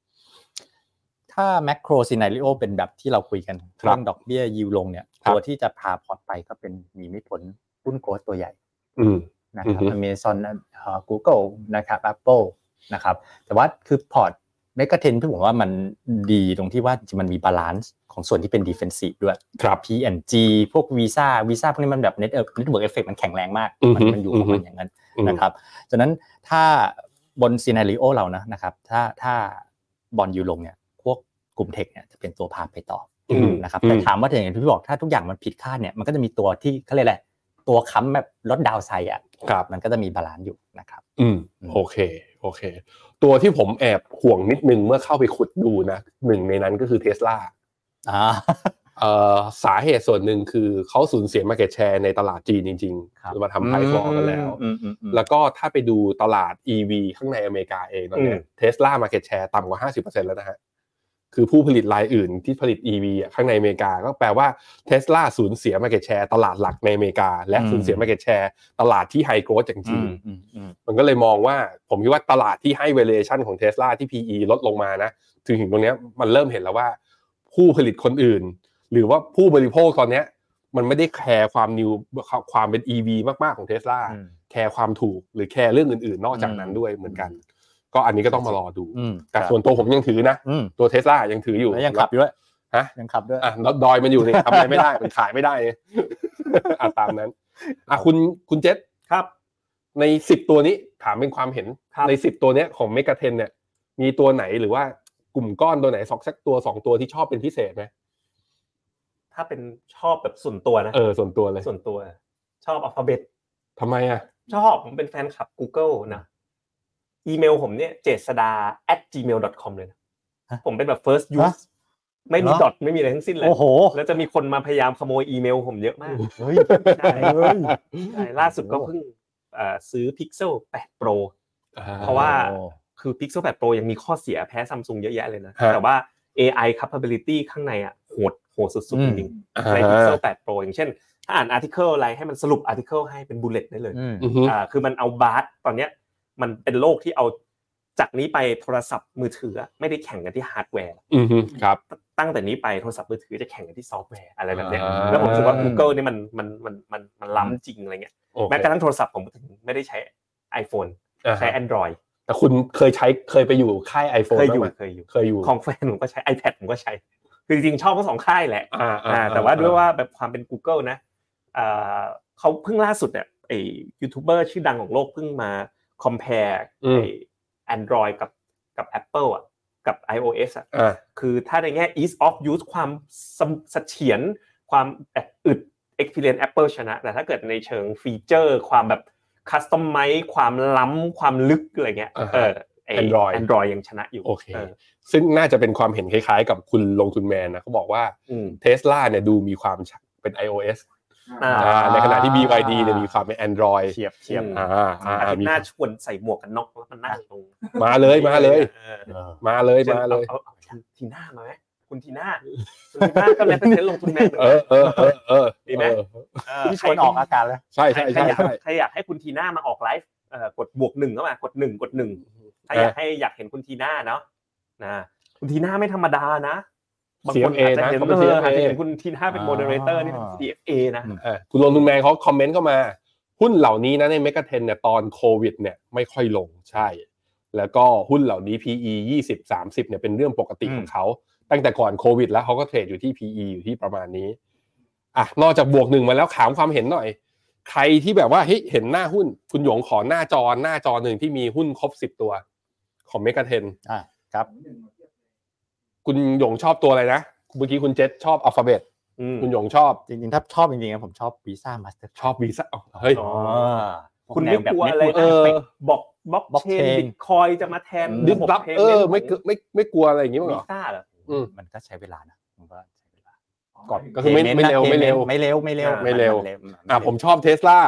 S3: ถ้าแมกโรซีนาริโอเป็นแบบที่เราคุยกัน
S2: ครับ
S3: เรื่องดอกเบี้ยยิวลงเนี่ย
S2: ครับ
S3: ตัวที่จะพาพอร์ตไปก็เป็นหนีไม่พ้นหุ้นโกลดตัวใหญ่
S2: อืม
S3: นะครับ
S2: อือฮึ
S3: Amazon เอ่อ Google นะครับ Apple นะครับ แต่ว่าคือพอร์ตเมกะเทนที่ผมว่ามันดีตรงที่ว่าจริงๆมันมีบาลานซ์ของส่วนที่เป็นดิเฟนซีฟด้วย
S2: ครับ
S3: P&G พวก Visa Visa พวกนี้มันแบบเน็ตเวิร์กเอฟเฟกมันแข็งแรงมาก
S2: อือฮึ
S3: มันมันอยู่ของมั
S2: อือ
S3: น
S2: ฮึ
S3: อย่างนั้น
S2: อืม
S3: นะครับฉะนั้นถ้าบนซีนารีโอเรานะนะครับ ถ้าถ้าบอลยูลงเนี่ย พวกกลุ่มเทคเนี่ยจะเป็นตัวพาไปต่ออ
S2: ม
S3: นะครับ
S2: อืม
S3: แต่ถามว่าอย่างที่พี่บอกถ้าทุกอย่างมันผิดคาดเนี่ย มันก็จะมีตัวที่เขาเรียกอะไร ตัวค้ำแบบลดดาวไซด์อ่ะ
S2: ครับ
S3: มันก็จะมีบาลานซ์อยู่นะครับ
S2: อืม
S3: อืม
S2: โอเคโอเค ตัวที่ผมแอบห่วงนิดนึงเมื่อเข้าไปขุดดูนะหนึ่งในนั้นก็คือเทสลา
S3: อ่า
S2: เอ่อสาเหตุส่วนหนึ่งคือเขาสูญเสีย market share ในตลาดจีนจริง
S3: ครับ
S2: ๆมาทำไฮฟอร์กันแล้ว
S3: อืมอืมอืม
S2: แล้วก็ถ้าไปดูตลาด EV ข้างในอเมริกาเองตอนเนี้
S4: อืม
S2: เทสลา market share ต่ำกว่า 50%แล้วนะฮะ คือผู้ผลิตรายอื่นที่ผลิต EV อ่ะข้างในอเมริกา ก็แปลว่าเทสลาสูญเสีย market share ตลาดหลักในอเมริกา และสูญเสีย market share ตลาดที่ high growth อย่าง
S3: อื
S2: จี
S3: ม
S2: น
S3: อืมอืม
S2: มันก็เลยมองว่าผมคิดว่าตลาดที่ให้ valuation ของ Tesla ที่ PE ลดลงมานะ ถึงถึงตรงเนี้ยมันเริ่มเห็นแล้วว่า ผู้ผลิตคนอื่น หรือว่าผู้บริโภคตอนเนี้ย มันไม่ได้แคร์ความนิวความเป็น EV มากๆของเทสลา
S3: อืม
S2: แคร์ความถูกหรือแคร์เรื่องอื่นๆ นอกจากนั้นด้วยเหมือนกัน ก็อันนี้ก็ต้องมารอดู
S3: อืม
S2: แต่ส่วนตัวผมยังถือนะ
S3: อืม
S2: ตัวเทสลายังถืออยู่
S3: แล้วยังขับอยู่ด้วย
S2: ฮะ
S3: ยังขับด้วย
S2: อ่ะแล้วดอยมันอยู่นี่ทำอะไรไม่ได้ มันขายไม่ได้ไง อ่ะตามนั้นอ่ะคุณคุณเจษ
S4: ครับ
S2: ในสิบตัวนี้ถามเป็นความเห็น
S4: ครับ
S2: ในสิบตัวเนี้ยของเมกาเทนเนี่ย มีตัวไหนหรือว่ากลุ่มก้อนตัวไหนสองสักตัวสองตัวที่ชอบเป็นพิเศษไหม
S4: ถ้าเป็นชอบแบบส่วนตัวนะ
S2: เออส่วนตัวเลย
S4: ส่วนตัว ชอบอัลฟาเบต
S2: ทำไมอ่ะ
S4: ชอบผมเป็นแฟนคลับ Google นะอีเมลผมเนี่ยเจษดา at gmail com เลยนะ
S3: ฮะ
S4: ผมเป็นแบบ first
S3: ฮ
S4: use
S3: ะ
S4: ไม่มี
S3: เหรอ
S4: ดอทไม่มีอะไรทั้งสิ้นเลย
S3: โอ้โห
S4: แล้วจะมีคนมาพยายามขโมยอีเมลผมเยอะมาก
S3: เฮ้ย
S4: ใช่
S3: เฮ้ย
S4: ใช่ล่าสุดก็เพิ่งเอ่อซื้อ Pixel 8 Pro เพราะว่า คือ Pixel 8 Pro ยังมีข้อเสียแพ้ซัมซุงเยอะแยะเลยนะ
S2: ฮะ
S4: แต่ว่า AI capability ข้างในอ่ะโหดโหดสุด
S3: อื
S4: ๆจ
S3: ม
S4: ริง
S2: อ่า
S4: ๆใน Pixel 8 Pro อย่างเช่น ถ้าอ่าน article อะไรให้มันสรุป article ให้เป็น bullet ได้เลย
S3: อืม
S2: อือฮึ
S4: อ่าคือมันเอาบาร์ตอนเนี้ยมันเป็นโลกที่เอาจากนี้ไปโทรศัพท์มือถืออะไม่ได้แข่งกันที่ฮาร์ดแวร์
S2: อือฮึครับ
S4: ตั้งแต่นี้ไปโทรศัพท์มือถือจะแข่งกันที่ซอฟต์แวร์อะไรแบบเนี้ย
S2: อ่า
S4: แล้วผมรู้สึกว่า Google เนี่ยมันมันมันมันมันล้ำจริงอะไรเงี้ย
S2: โอเค
S4: แม้กระทั่งโทรศัพท์ผมถึงไม่ได้ใช้ iPhone
S2: อ่า
S4: ใช้ Android
S2: แต่คุณเคยใช้เคยไปอยู่ค่าย iPhone
S4: เคยอยู่
S2: บ้างไหม
S4: เคยอยู่
S2: เคยอยู่
S4: ของแฟนผมก็ใช้ iPad ผมก็ใช้ คือจริงๆ ชอบทั้งสองค่ายแหละ
S2: อ่า
S4: อ่าแต่ว่าด้วยว่าแบบความเป็น Google นะอ่าเขาเพิ่งล่าสุดเนี่ยไอ้ยูทูบเบอร์ชื่อดังของโลกเพิ่งมา compare
S2: อืม
S4: ไอ้ Android กับกับ Apple อ่ะกับ iOS อ่ะ
S2: อ่า
S4: คือถ้าในแง่ ease of use ความสมเสถียรความแบบอึด experience Apple ชนะ แต่ถ้าเกิดในเชิงฟีเจอร์ ความแบบ customize ความล้ำความลึกอะไรเงี้ย
S2: อ่าฮะ
S4: เออไอ้
S2: Android
S4: Android ยังชนะอยู่
S2: โอเค
S4: อ
S2: ซึ่งน่าจะเป็นความเห็นคล้ายๆ กับคุณลงทุนแมนนะเขาบอกว่า
S4: อืม
S2: เทสลาเนี่ยดูมีความเป็น iOS
S4: อ่า
S2: อ่าในขณะที่ BYD เนี่ยมีความเป็น Android
S3: เฉียบเฉียบ
S2: อ่าอ่า
S4: อาทิต
S2: มี
S4: ย์หน้าชวนใส่หมวกกันน็อกแล้วมันนั่งตรง
S2: มาเลยมาเลย
S4: ออ
S2: มาเลยมาเลย
S4: อออทีน่ามาไหมคุณทีน่าคุณทีน่าก็เลยเป็นเซ็นลงทุนแมนเหมือน
S2: เออ
S4: กั
S2: น เออเออเออ
S4: ดีไหม
S2: เออ
S4: เอ
S3: ที่ชวนออกอาการแล้ว
S2: ใช่
S4: ใคร
S2: ใช่
S4: ใคร
S2: ใช่
S4: อยาก
S2: ใช่
S4: ใครอยากให้คุณทีน่ามาออกไลฟ์เอ่อกดบวกหนึ่งเข้ามากดหนึ่งกดหนึ่งถ้าอยากให้อยากเห็นคุณทีน่าเนาะนะคุณทีน่าไม่ธรรมดานะบาง
S2: เสีย
S4: ค
S2: ง
S4: น
S2: เอ
S4: อาจ
S2: นะ
S4: จะเห็น
S2: เขา
S4: เอ
S2: เป็น
S4: อ
S2: CFA
S4: อาจจะเห็นคุณทีน่าเป็นโมเดเลเตอร์นี่เป็น CFA นะ
S2: เออคุณลงทุนแมนเขาคอมเมนต์เข้ามา หุ้นเหล่านี้นะในเมกะเทนเนี่ยตอนโควิดเนี่ยไม่ค่อยลงใช่ แล้วก็หุ้นเหล่านี้ PE 20 30เนี่ยเป็นเรื่องปกติของเขา ตั้งแต่ก่อนโควิดแล้วเขาก็เทรดอยู่ที่ PE อยู่ที่ประมาณนี้อ่ะนอกจากบวกหนึ่งมาแล้วถามความเห็นหน่อย ใครที่แบบว่าเฮ้ยเห็นหน้าหุ้น คุณหยงขอหน้าจอหน้าจอหนึ่งที่มีหุ้นครบสิบตัว ของเมกะเทน
S3: อ่าครับ
S5: หนึ่งมาเทียบเลย
S2: คุณหยงชอบตัวอะไรนะเมื่อกี้คุณเจษชอบอัลฟาเบต
S4: อืม
S2: คุณหยงชอบ
S3: จริงๆถ้าชอบจริงๆนะผมชอบวีซ่ามาสเตอร์
S2: ชอบวีซ่าเฮ้ย
S4: อ๋อ
S3: พ
S4: คุณ
S3: แน
S4: ไม่
S3: แบบ
S4: กลัวอะไร
S3: เน็ตเวิร์ก
S4: เออบอกบล็อกเชน
S3: blockchain
S4: บิตคอยจะมาแทน
S2: ดึ
S4: ระ
S2: ก
S4: บบ
S2: ลับ
S4: พย์
S2: เอ
S4: มน
S2: อ
S4: ต์
S2: ไม่กลัวไม่ไม่กลัวอะไรอย่างงี้มั้งเหร
S4: วี
S2: อ
S4: ซ่าเหรอ
S2: อืม
S3: มันก็ใช้เวลานะผมว่าใช้เวลา
S2: ก่อนก็คือไม่
S3: ย์
S2: เร็ว
S3: นะ
S2: ไม่เร็ว
S3: ย์ไม่เร็ว ไม่เร็ว
S4: อ่า
S2: ไม่เร็ว
S3: นน
S2: อ่ะผมชอบเทสลา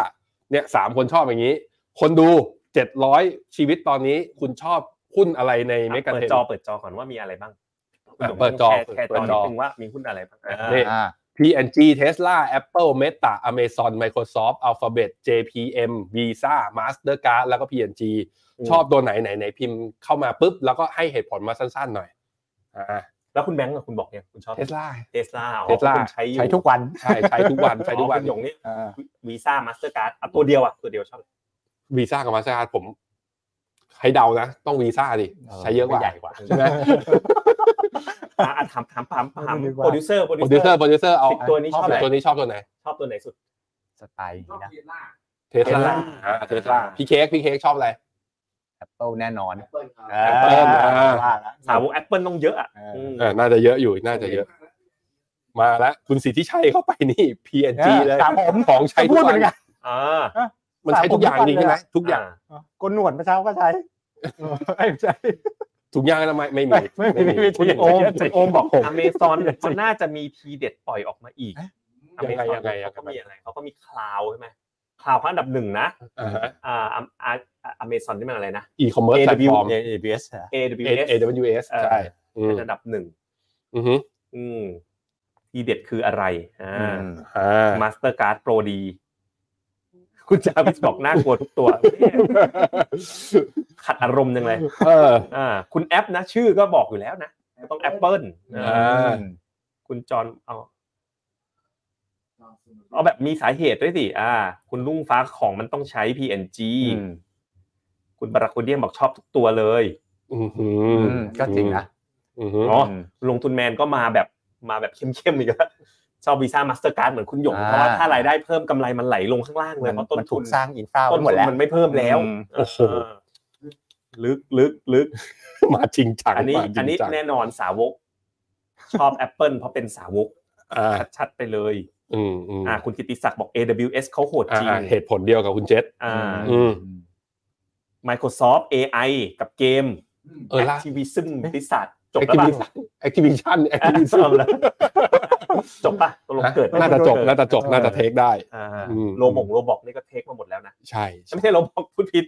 S2: เนี่ยสามคนชอบอย่างนี้ คนดูเจ็ดร้อยชีวิตตอนนี้คุณชอบหุ้นอะไรในเมกะ
S4: เปิด
S2: เทน
S4: จอเปิดจอก่อนว่ามีอะไรบ้าง
S2: อ่ะเปิดจอ
S4: แชร์
S2: เปิ
S4: จ
S2: ด
S4: อนิ
S2: จ
S4: ด
S2: อ
S4: นึงว่ามีหุ้นอะไรบ้างอ่า
S2: นี่
S3: อ่า
S2: P&G Tesla Apple Meta Amazon Microsoft Alphabet JPM Visa Mastercard แล้วก็ P&G ชอบตัวไหนไหนไหนพิมพ์เข้ามาปุ๊บ แล้วก็ให้เหตุผลมาสั้นๆหน่อยอ่า
S4: แล้วคุณแบงก์อะคุณบอกเนี่ยคุณชอบ
S2: เทสลา
S4: เทสลา
S2: เทสลา
S4: ใช้อยู่
S3: ใช้ทุกวัน
S2: ใช่ใช้ทุกวันใช้ทุกวัน
S4: อ๋อคุณหยงเนี่ย
S3: อ่า
S4: วีซ่ามาสเตอร์การ์ดเอาตัวเดียวอ่ะตัวเดียวชอบ
S2: วีซ่ากับมาสเตอร์การผม ให้เดานะ ต้องวีซ่าดิใช้เยอะกว่า
S4: ใหญ่กว่า
S2: ใช่ไหม
S4: อ่ะอ่ะถามถามถามถามโปรดิวเซอร์โปร
S2: โปรดิ
S4: ดิ
S2: วเซ
S4: วเซ
S2: อร์
S4: อร์
S2: โปรดิวเซอร์เอา
S4: สิบตัวนี้ชอบไหน
S2: ตัวนี้ชอบตัวไหน
S4: ชอบตัวไหนสุด
S3: สไตล์
S5: ชอบ
S3: นี้นะ
S5: เทียนล่า
S2: เทสลา
S3: Tesla
S2: เทสลาพี่เค้กพี่เค้กชอบอะไร
S3: แอปเปิลแน่นอน
S5: แอปเปิลครั
S3: อ่า
S5: บ
S2: Apple อ่า
S3: ว่าแล้ว
S4: สาวกแอปเปิลต้องเยอะอ่ะ
S3: เอออื
S4: ม
S2: เออน่าจะเยอะอยู่น่าจะเยอะ มาแล้วคุณสิทธิชัยเข้าไปนี่ PNG
S3: เออ
S2: เลย
S3: ตามผม
S2: ของใช้ทุ
S3: พูด
S2: ก
S3: เห
S2: วัน
S3: มือนกัน
S4: อ่า
S2: มันใช้ทุกอย่างจริงใช่ไหมทุกอย่าง
S3: โกนหนวดเมื่อเช้าก็ใช้เออไม่ใช่
S2: ถุงยางอนามัยไม่มี
S3: ไม่มีไม่มี
S2: คุณโอมคุณโอมบอกผม
S4: อเมซ อนมันน่าจะมีทีเด็ดปล่อยออกมาอีก อ
S2: ยั
S4: เม
S2: งไง
S4: ซอน
S2: ยังไงยังไง
S4: เขาก็มีอะไรเขาก็มีคลาวใช่ไหมคลาวเขาอันดับหนึ่งนะ
S2: อ่าฮะ
S4: อ่าอ่าอเมซอนนี่มันอะไรนะ
S2: e c o m m e r c e แพลตฟอร์ม
S3: AWS อ่ะ
S4: AWS
S2: AWS
S4: เออ
S2: ใช่อืม
S4: เป็นอันดับหนึ่ง
S2: อือฮึ
S4: อืมทีเด็ดคืออะไรอ่า
S3: อืม
S2: อ่า
S4: มาสเตอร์การ์ดโปรดี คุณจาวิสบอกน่ากลัวทุกตัว เนี่ยขัดอารมณ์ยังเลย
S2: เออ
S4: อ่า คุณแอปนะ ชื่อก็บอกอยู่แล้วนะ ต้องแอปเปิล
S2: อ่า
S4: คุณจอห์นเอา เอาแบบมีสาเหตุด้วยสิอ่า คุณรุ่งฟ้าของมันต้องใช้ PNG
S3: อืม
S4: คุณบาราคูเดียมบอกชอบทุกตัวเลย
S2: อือหื
S3: อื
S2: อ
S3: มก็จริงนะ
S2: อือหือ
S4: อ๋อ ลงทุนแมนก็มาแบบมาแบบเข้มๆอีกแล้วชอบวีซ่ามาสเตอร์การ์ดเหมือนคุณหยงเพราะว่าถ้ารายได้เพิ่มกำไรมันไหลลงข้างล่างเลยเพ
S3: มั
S4: ราะต้น
S3: มัน
S4: ทุ
S3: ถู
S4: น
S3: กสร้างอินฟรา
S4: ต้น
S3: ไว้หม
S4: ทุ
S3: ด
S4: น
S3: แล้ว
S4: มันไม่เพิ่มแล้ว
S3: อืม
S4: โอ้โหลึกลึกลึก
S2: มาจริงจัง
S4: อันนี้
S2: มาจริ
S4: อัน
S2: ง
S4: นี้
S2: จัง
S4: แน่นอนสาวก ชอบ Apple เพราะเป็นสาวก
S2: อ่า
S4: ชัดๆไปเลย
S2: อืมอืม
S4: อ่า คุณกิติศักดิ์บอก AWS เขาโหดจริง
S2: อ่าเหตุผลเดียวกับคุณเจษ
S4: อ่า
S2: อืม
S4: Microsoft AI กับเกม
S2: เออล่า
S4: Activism บริษัทจบ
S2: แอค
S4: แล้ว
S2: ทิ
S4: ป่ะ
S2: วิชั่นแอคทิวิชั่นแอคทิวิชั่
S4: จ
S2: น
S4: บแล้ว จบป่ะตกลงเกิด
S2: น่าจะจบน่าจะจบน่าจะเทคได้
S4: อ่า
S2: อืม
S4: โลบงโลบอกนี่ก็เทคมาหมดแล้วนะ
S2: ใช่ใช่
S4: ไม่ใช่โลบอกพูดผิด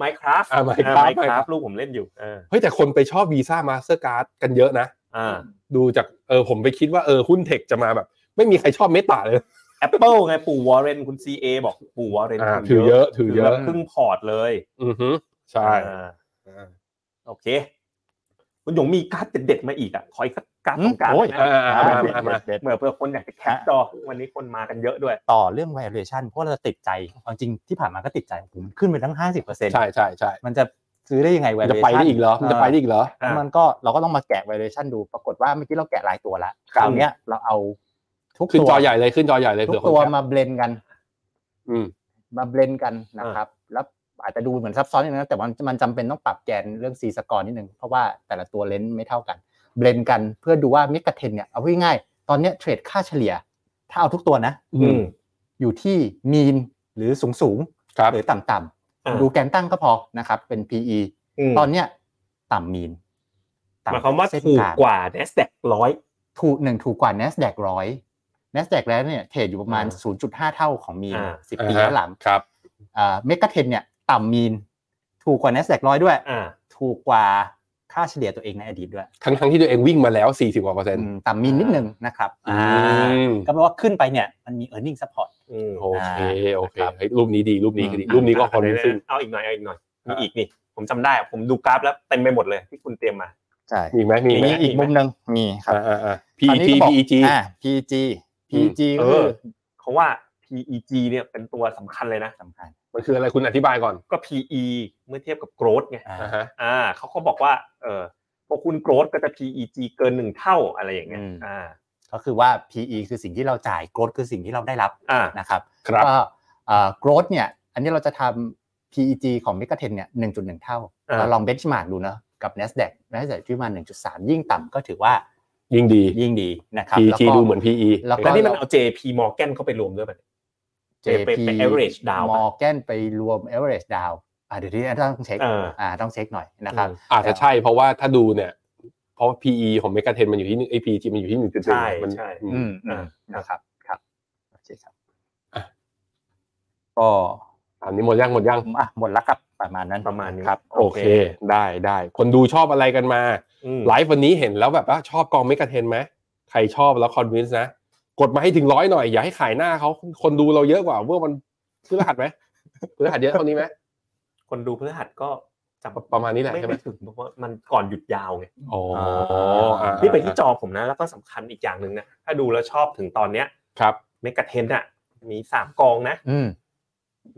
S4: Minecraft
S2: อ่า Minecraft
S4: อ่า Minecraft
S2: Minecraft
S4: ลูกผมเล่นอยู่เออ
S2: เฮ้ยแต่คนไปชอบวีซ่ามาสเตอร์การ์ดกันเยอะนะ
S4: อ่า
S2: ดูจากเออผมไปคิดว่าเออหุ้นเทคจะมาแบบ ไม่มีใครชอบเมตาเลย
S4: Apple ไงปู่วอร์เรนคุณ CA บอกปู่วอร์เรน
S2: อ่าถือเยอะถือเย
S4: แบ
S2: อะ
S4: บครึ่งพอร์ตเลย
S2: อือฮึใช่
S4: อ่าโอเค คุณหยงมีการ์ดเด็ดๆมาอีกอ่ะ ขออีกสักการ์ดสองการ์ด
S3: โอ้ย
S4: ได้ไหม
S2: อ่า
S4: เด็ดๆ
S2: มา
S3: เด็ดๆ
S4: เมื่อเพื่อคนอยากจะแคปจอวันนี้คนมากันเยอะด้วย
S3: ต่อเรื่อง valuation เพราะเราติดใจเอาจริงที่ผ่านมาก็ติดใจโอ้โหมันขึ้นไปทั้ง 50%
S2: ใช่ใช่ใช่
S3: มันจะซื้อได้ยังไง
S2: มัน
S3: valuation
S2: จะไปได้อีกเหรอมันจะไปได้อีกเหรอ
S3: แล้วมันก็เราก็ต้องมาแกะ valuation ดูปรากฏว่าเมื่อกี้เราแกะรายตัวละคราวเนี้ยเราเอาทุก
S2: ขึ้น
S3: ตัว
S2: จอใหญ่เลยขึ้นจอใหญ่เลย
S3: ทุ
S2: เผื่อก คน
S3: ตัว
S2: แคป
S3: มาเบลนกัน
S2: อืม
S3: มาเบลนกันนะครับ แล้วอาจจะดูเหมือนซับซ้อนอย่างนั้นแต่มันมันจำเป็นต้องปรับแกนเรื่องซีสกอร์นิดนึง เพราะว่าแต่ละตัวเลนส์ไม่เท่ากัน เบลนกันเพื่อดูว่ามิกเทนเนี่ยเอาง่ายๆตอนเนี้ยเทรดค่าเฉลี่ย ถ้าเอาทุกตัวนะ
S2: อืม
S3: อยู่ที่มีนหรือสูงสูง
S2: ครับ
S3: หรือต่ำต่
S4: อ่า
S3: ำดูแกนตั้งก็พอนะครับ เป็น PE ตอนเนี้ยต่ำมีนต่ำ
S4: หมายความว่า
S3: เส้น
S4: ถูก
S3: ง
S4: กว่า n นสแดกร้อย
S3: ถูกหนึ่งถูกกว่า N นสแดกร้อย N นสแดกแล้วเนี่ยเทรดอยู่ประมาณ
S4: อ่
S3: 0.5 เท่าของมีน
S4: อ่า
S3: สิบปีแล้วหลัง
S2: ครับ
S3: เมกะเทนเนี่ยต่ำมีน ถูกกว่า N นสแดกร้อยด้วย
S4: อ่า
S3: ถูกกว่าค่าเฉลี่ยตัวเองในอดีตด้วย
S2: ทั้งทั้งที่ตัวเองวิ่งมาแล้ว 40กว่าเปอร์เซ็นต์
S3: อืมต่ำมีนนิดนึงนะครับ
S2: อืม
S3: ก็แปลว่าขึ้นไปเนี่ยมันมี e a r n i n g support
S4: อืม
S2: โอเคโอเคเฮ้ยรูปนี้ดีรูปนี้คือดีรูปนี้ก็คอน
S4: เดี๋ยว
S2: ซึ่ง
S4: ๆเอาอีกหน่อยเอาอีกหน่อย
S2: อ่ามี
S4: มีอีกนี่ ผมจำได้อะผมดูกราฟแล้วเต็มไปหมดเลยที่คุณเตรียมมา
S3: ใช่
S2: มีอีกไหมมีอีกไหม
S3: มีอีกมุมหนึ่งมีครับ
S2: อ่าอ่าอ่า
S3: ตอน
S2: PEG
S3: นี้ก็บอก
S2: PEG
S3: อ่า PEG PEG ก็
S4: เอ
S3: คือ อ
S4: เขาว่า PEG เนี่ยเป็นตัวสำคัญเลยนะ
S3: สำคัญ
S2: มันคืออะไรคุณอธิบายก่อน
S4: ก็ PE เมื่อเทียบกับโกรดไง
S3: อ่า
S2: อ่าฮะ
S4: อ่าเขาก็บอกว่าเออพวกคุณโกรธก็จะ PEG เกินหนึ่งเท่าอะไรอย่างเงี้ยอ่า
S3: ก็คือว่า PE คือสิ่งที่เราจ่าย growth คือสิ่งที่เราได้รับ
S4: อ่า
S3: นะครับ
S2: ครับ
S3: ก็เอ่อ growth เนี่ย อันนี้เราจะทำ PEG ของ Megatrend เนี่ย 1.1 เท่า
S4: อ่า
S3: เราลองเบนช์มาร์กดูเนอะกับ NASDAQ NASDAQ ที่ประมาณ1.3 ยิ่งต่ำก็ถือว่า
S2: ยิ่งดี
S3: ยิ่งดีนะครับ
S2: PEG
S3: แล้วก็
S2: ดูเหมือน PE
S3: แล้วก็
S4: แล้วนี่มันเอา JP Morgan เข้าไปรวมด้วยป่ะ
S3: JP
S4: ไปไป average down ป่ะ
S3: Morgan ไปรวม average down อ่ะเดี๋ยวที่ต้องเช็ค
S4: เออ
S3: อ่าต้องเช็คหน่อยนะครับ
S2: อาจจะใช่เพราะว่าถ้าดูเนี่ย เพราะ PE ของเมกาเทนมันอยู่ที่หนึ่งไอ PEG มันอยู่ที่หนึ่งจุดหนึ่ง
S4: ใช่
S2: มั
S4: ใช่
S2: อืม
S3: อืม
S4: อืม
S3: นะครับครับโอเคครับ
S2: อ่ะ
S3: ก็
S2: อันนี้หมดยังหมดยัง
S3: อ่ะหมดแล้วครับประมาณนั้น
S4: ประมาณนี้
S3: ครับ
S2: โอเค ได้ได้คนดูชอบอะไรกันมา
S4: อืม
S2: ไลฟ์วันนี้เห็นแล้วแบบว่าชอบกองเมกะเทนไหมใครชอบแล้วคอนวินส์นะ กดมาให้ถึงร้อยหน่อย อย่าให้ขายหน้าเขาคนดูเราเยอะกว่าเมื่อวันพฤหัสไหมพฤหัสเยอะเท่านี้ไหม
S4: คนดูพฤหัสก็จำ
S2: ประมาณนี้แหละ
S4: ไม่
S2: ใช่ไหม
S4: ไม่ถึงเพราะว่ามันก่อนหยุดยาวไง
S2: อ๋อ
S3: อ่า
S4: นี่ไปที่จอผมนะ แล้วก็สำคัญอีกอย่างหนึ่งนะ ถ้าดูแล้วชอบถึงตอนเนี้ย
S2: ครับ
S4: เมกะเทนอะมีสามกองนะ
S3: อืม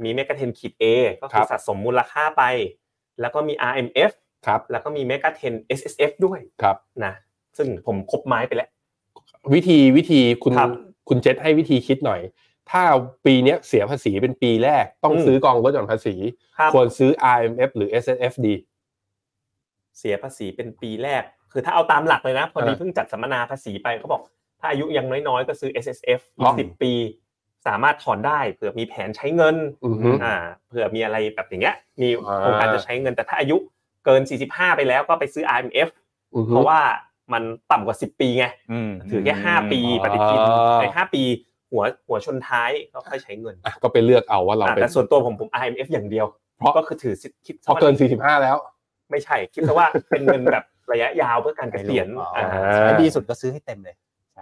S4: มีเมกะเทนขีด A ก็
S2: ค
S4: คื
S2: รั
S4: อบ สะสมมูลค่าไป แล้วก็มี RMF
S2: ครับ
S4: แล้วก็มีเมกะเทน SSF ด้วย
S2: ครับ
S4: นะซึ่งผมครบไม้ไปแล้ว
S2: วิธีวิธีคุณ
S4: ครับ
S2: คุณเจษให้วิธีคิดหน่อย ถ้าปีเนี้ยเสียภาษีเป็นปีแรก ต้อง
S4: อืม
S2: ซื้อกองลดหย่อนภาษี
S4: ครับ
S2: ควรซื้อ RMF หรือ S F D
S4: เสียภาษีเป็นปีแรก คือถ้าเอาตามหลักเลยนะ พอดี
S2: อ่า
S4: เพิ่งจัดสัมมนาภาษีไปเขาบอก ถ้าอายุยังน้อยๆ ก็ซื้อ S S F
S2: อ๋อ
S4: สิบปี สามารถถอนได้เผื่อมีแผนใช้เงิน
S2: อือฮึ
S4: อ่าเผื่อมีอะไรแบบอย่างเงี้ยมี
S2: อ่า
S4: โครงการจะใช้เงินแต่ถ้าอายุเกิน 45 ไปแล้วก็ไปซื้อ R M F
S2: อือฮึ
S4: เพราะว่ามันต่ำกว่า 10 ปีไง
S3: อืม
S4: ถือแค่ 5 ปีปฏิทิน
S2: อ่า
S4: ไอ้5ปี หัวหัวชนท้ายก็ค่อยใช้เงิน
S2: อ่ะก็ไปเลือกเอาว่าเรา
S4: อ่า
S2: เป็น
S4: แต่ส่วนตัวผมผม R M F อย่างเดียว
S2: เพราะ
S4: ก็คือถือสิคิด
S2: พอ
S4: ซะว่า
S2: เกิน 45 แล้ว
S4: ไม่ใช่ คิดซะว่าเป็นเงินแบบระยะยาวเพื่อการเกษียณ
S3: อ๋ออ่
S4: อ่า
S2: อ่า
S3: ใช้ดีสุดก็ซื้อให้เต็มเลย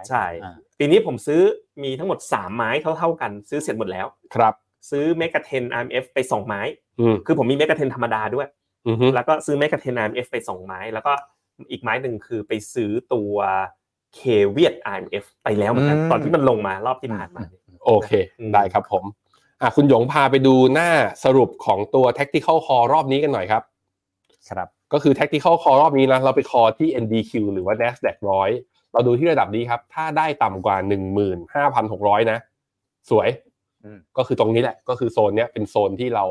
S4: ใช่
S3: อ่า
S4: ปีนี้ผมซื้อมีทั้งหมด 3 ไม้เท่าๆกัน ซื้อเสร็จหมดแล้ว
S2: ครับ
S4: ซื้อเมกะเทน RMF ไป 2 ไม้
S2: อืม
S4: คือผมมีเมกะเทนธรรมดาด้วย
S2: อือฮึ
S4: แล้วก็ซื้อเมกะเทน RMF ไป 2 ไม้ แล้วก็อีกไม้หนึ่งคือไปซื้อตัวเคเวียด RMF ไปแล้วเหมือนกัน
S3: อืม
S4: ตอนที่มันลงมารอบที่ผ่านมาเนี่ย
S2: โอเค ได้ครับผมอ่ะคุณหยงพาไปดูหน้าสรุปของตัว tactical call รอบนี้กันหน่อยครับ
S3: ครับ
S2: ก็คือ tactical call รอบนี้นะเราไปคอที่ NDQ หรือว่า NASDAQ ร้อยเราดูที่ระดับนี้ครับ ถ้าได้ต่ำกว่า 15,600 นะ สวย
S3: อืม
S2: ก็คือตรงนี้แหละ ก็คือโซนเนี้ยเป็นโซนที่เรา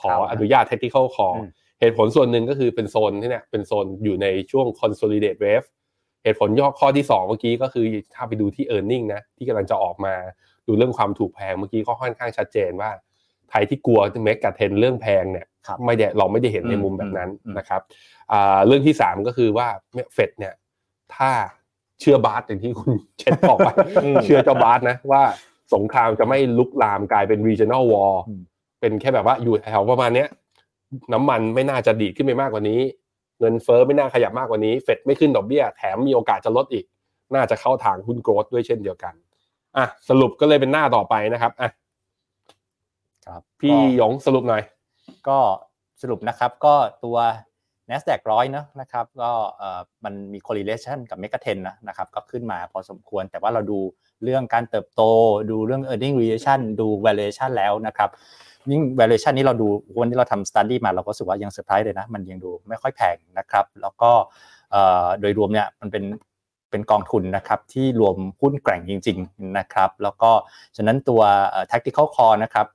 S2: ขออนุญาต tactical call
S3: อืม
S2: เหตุผลส่วนหนึ่งก็คือเป็นโซนที่เนี่ยเป็นโซนอยู่ในช่วง consolidate wave เหตุผลย่อข้อที่ 2 เมื่อกี้ก็คือถ้าไปดูที่ e a r n i n g นะ ที่กำลังจะออกมาดูเรื่องความถูกแพงเมื่อกี้ก็ค่อนข้างชัดเจนว่าไทยที่กลัวเมกกะเทนเรื่องแพงเนี่ย
S3: ครับ
S2: ไม่ได้เราไม่ได้เห็นใน
S3: อืม
S2: มุมแบบนั้น
S3: อืม
S2: นะครับอ่าเรื่องที่ 3 ก็คือว่าเฟดเนี่ยถ้าเชื่อบาสอย่างที่คุณเชนบอกไป
S4: อืม
S2: เชื่อเจ้าบาสนะว่าสงครามจะไม่ลุกลามกลายเป็น regional war
S3: อืม
S2: เป็นแค่แบบว่าอยู่แถวประมาณเนี้ยน้ำมันไม่น่าจะดีดขึ้นไปมากกว่านี้ เงินเฟ้อไม่น่าขยับมากกว่านี้เฟดไม่ขึ้นดอกเบี้ย แถมมีโอกาสจะลดอีก น่าจะเข้าทางหุ้นโกรดด้วยเช่นเดียวกันอ่ะสรุปก็เลยเป็นหน้าต่อไปนะครับอ่ะ
S3: ครับ
S2: พี่
S3: ก็
S2: หยงสรุปหน่อย
S3: ก็สรุปนะครับก็ตัว NASDAQ ร้อยเนอะนะครับก็เอ่อมันมี correlation กับ mega trend นะนะครับก็ขึ้นมาพอสมควร แต่ว่าเราดูเรื่องการเติบโต ดูเรื่อง earning relation ดู valuation แล้วนะครับยิ่ง valuation นี้เราดูวันที่เราทำ study มาเราก็รู้สึกว่ายังเซอร์ไพรส์เลยนะ มันยังดูไม่ค่อยแพงนะครับแล้วก็เอ่อโดยรวมเนี่ยมันเป็นเป็นกองทุนนะครับที่รวมหุ้นแกร่งจริงๆนะครับแล้วก็ฉะนั้นตัวเอ่อ tactical call นะครับ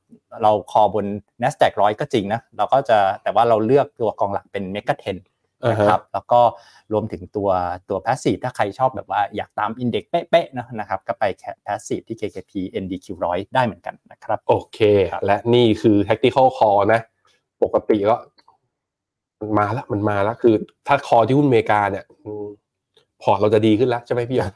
S3: เราคอบน n a s d a q ร้อยก็จริงนะ เราก็จะแต่ว่าเราเลือกตัวกองหลักเป็น m e g a t e n นะครับแล้วก็รวมถึงตัวตัวแพสซีฟถ้าใครชอบแบบว่าอยากตามอินเด็กซ์เป๊ะๆนะนะครับก็ไปแพสซีฟที่ KKP NDQ ร้อยได้เหมือนกันนะครับ
S2: โอเค และนี่คือ tactical call นะ ปกติก็มันมาละมันมาละคือ ถ้าคอที่หุ้นอเมริกาเนี่ยอืมพอร์ตเราจะดีขึ้นแล้วใช่ไหมพี่หยง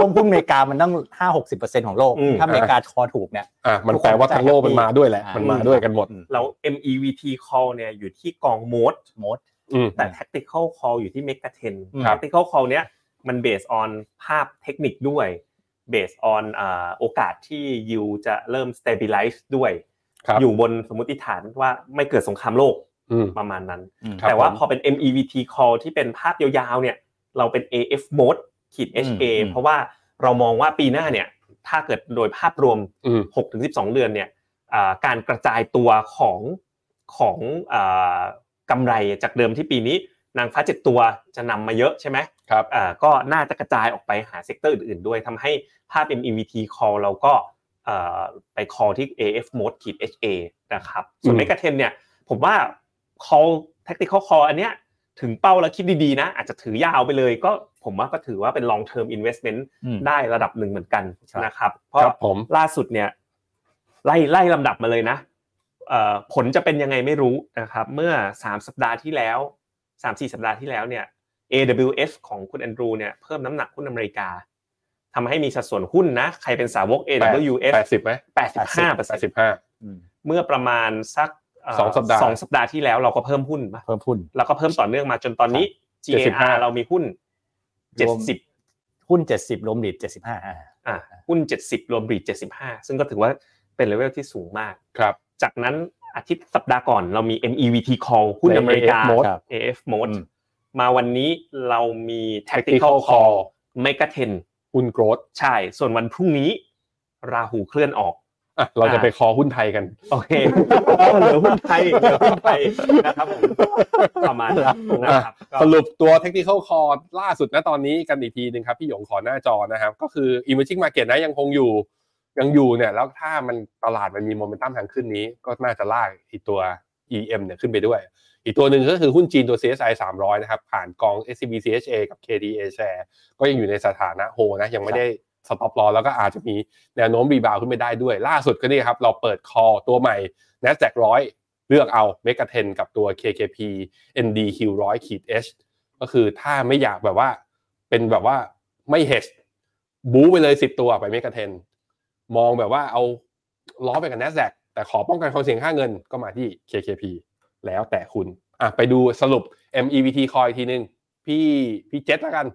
S3: ลงทุนอเมริกามันตั้ง 5-60%ของโลก
S4: อืม
S3: ถ้าอเมริกาคอถูกเนี่ย
S2: อ่ะมันแปลว่าทั้งโลกมันมาด้วยแหละ
S3: อ่ามั
S2: มันมาด้วยกันหมด
S4: เรา MEVT call เนี่ยอยู่ที่กองโมด
S3: โมด
S2: อืม
S4: แต่ tactical call อยู่ที่ mega t e n
S3: ครับ
S4: tactical call เนี้ยมัน based on ภาพเทคนิคด้วย based on อ่าโอกาสที่ยูจะเริ่ม stabilize ด้วย
S2: ครับ
S4: อยู่บนสมมติฐานว่าไม่เกิดสงครามโลก
S2: อืม
S4: ประมาณนั้น
S2: ครับ
S4: แต่ว่า
S2: ผม
S4: พอเป็น MEVT call ที่เป็นภาพยาวๆเนี่ยเราเป็น AF mode ขีด HA
S3: อืม
S4: เพราะว่าเรามองว่าปีหน้าเนี่ยถ้าเกิดโดยภาพรวม
S2: อืม
S4: 6ถึง12 เดือนเนี่ยอ่าการกระจายตัวของของอ่ากำไรจากเดิมที่ปีนี้นางฟ้าเจ็ดตัวจะนำมาเยอะใช่ไหม
S2: ครับ
S4: อ่าก็น่าจะกระจายออกไปหาเซกเตอร์อื่นๆด้วยทำให้ภาพ MEVT call เราก็อ่าไป call ที่ AF mode ขีด HA นะครับ ส่ว
S2: อื
S4: น
S2: ม
S4: เมกะเทนเนี่ยผมว่า call tactical call อันเนี้ยถึงเป้าแล้วคิดดีๆนะ อาจจะถือยาวไปเลยก็ผมว่าก็ถือว่าเป็น long term investment
S3: อืม
S4: ได้ระดับหนึ่งเหมือนกัน
S3: ครับ
S4: นะครับ
S2: ค
S4: เพราะ
S2: รับผม
S4: ล่าสุดเนี่ยไล่ไล่ลำดับมาเลยนะเอ่อผลจะเป็นยังไงไม่รู้นะครับ เมื่อ 3 สัปดาห์ที่แล้ว3 4 สัปดาห์ที่แล้วเนี่ย AWS ของคุณแอนดรูเนี่ยเพิ่มน้ำหนักหุ้นอเมริกาทำให้มีสัดส่วนหุ้นนะ ใครเป็นสาวก AWS
S2: แปดสิบไหม
S4: 85เปอร์
S2: แป
S4: เซ็
S2: ดสิ
S4: นต์
S2: บห้า
S3: อืม
S4: เมื่อประมาณสักเ
S2: สองสัปดาห์
S4: สองสัปดาห์ที่แล้วเราก็เพิ่มหุ้นมา
S3: เพิ่มหุ้น
S4: แล้วก็เพิ่มต่อเนื่องมาจนตอนนี้ GAR
S2: 75
S4: เรามีหุ้น
S3: รวม
S4: 70
S3: หุ้น 70รวมดิบ75อ่า
S4: อ่ะหุ้น 70 รวมบีด75 ซึ่งก็ถือว่าเป็นเลเวลที่สูงมาก
S2: ครับ
S4: จากนั้นอาทิตย์สัปดาห์ก่อนเรามี MEVT call หุ้น
S2: ใน
S4: อเมริกา
S2: AF mode
S4: AF mode
S3: อืม
S4: มาวันนี้เรามี
S2: tactical
S4: tactical
S2: call
S4: call mega ten
S2: หุ้นโกรด
S4: ใช่ ส่วนวันพรุ่งนี้ ราหูเคลื่อนออก
S2: อ่ะเราจะ
S4: อ่ะ
S2: ไปคอหุ้นไทยกัน
S4: โอเคเหลือหุ้นไทยเหลือหุ้นไทยนะครับ ผมประมาณนั้นนะครับก็
S2: สรุปตัว technical call ล่าสุดนะตอนนี้กันอีกทีหนึ่งครับพี่หยงขอหน้าจอนะครับ ก็คือ emerging market นะยังคงอยู่ ยังอยู่เนี่ย แล้วถ้ามันตลาดมันมีโมเมนตัมทางขึ้นนี้ ก็น่าจะลากอีกตัว EM เนี่ยขึ้นไปด้วย อีกตัวหนึ่งก็คือหุ้นจีนตัว CSI 300 นะครับ ผ่านกอง SCB CHA กับ KDA share ก็ยังอยู่ในสถานะโฮนะยังไม่ได้สต็อปลอแล้วก็อาจจะมีแนวโน้มรีบาวขึ้นไปได้ด้วย ล่าสุดก็นี่ครับ เราเปิดคอตัวใหม่ n a s d a q 100 เลือกเอา m e g a t e n กับตัว KKP NDQ 100ขีด H ก็คือถ้าไม่อยากแบบว่าเป็นแบบว่าไม่ hedge บู๊ไปเลย 10 ตัวไป m e g a t e n มองแบบว่าเอาล้อไปกับ NASDAQ แต่ขอป้องกันความเสี่ยงค่าเงินก็มาที่ KKP แล้วแต่คุณอ่ะไปดูสรุป MEVT คอยทีนึง พี่พี่เจษละกัน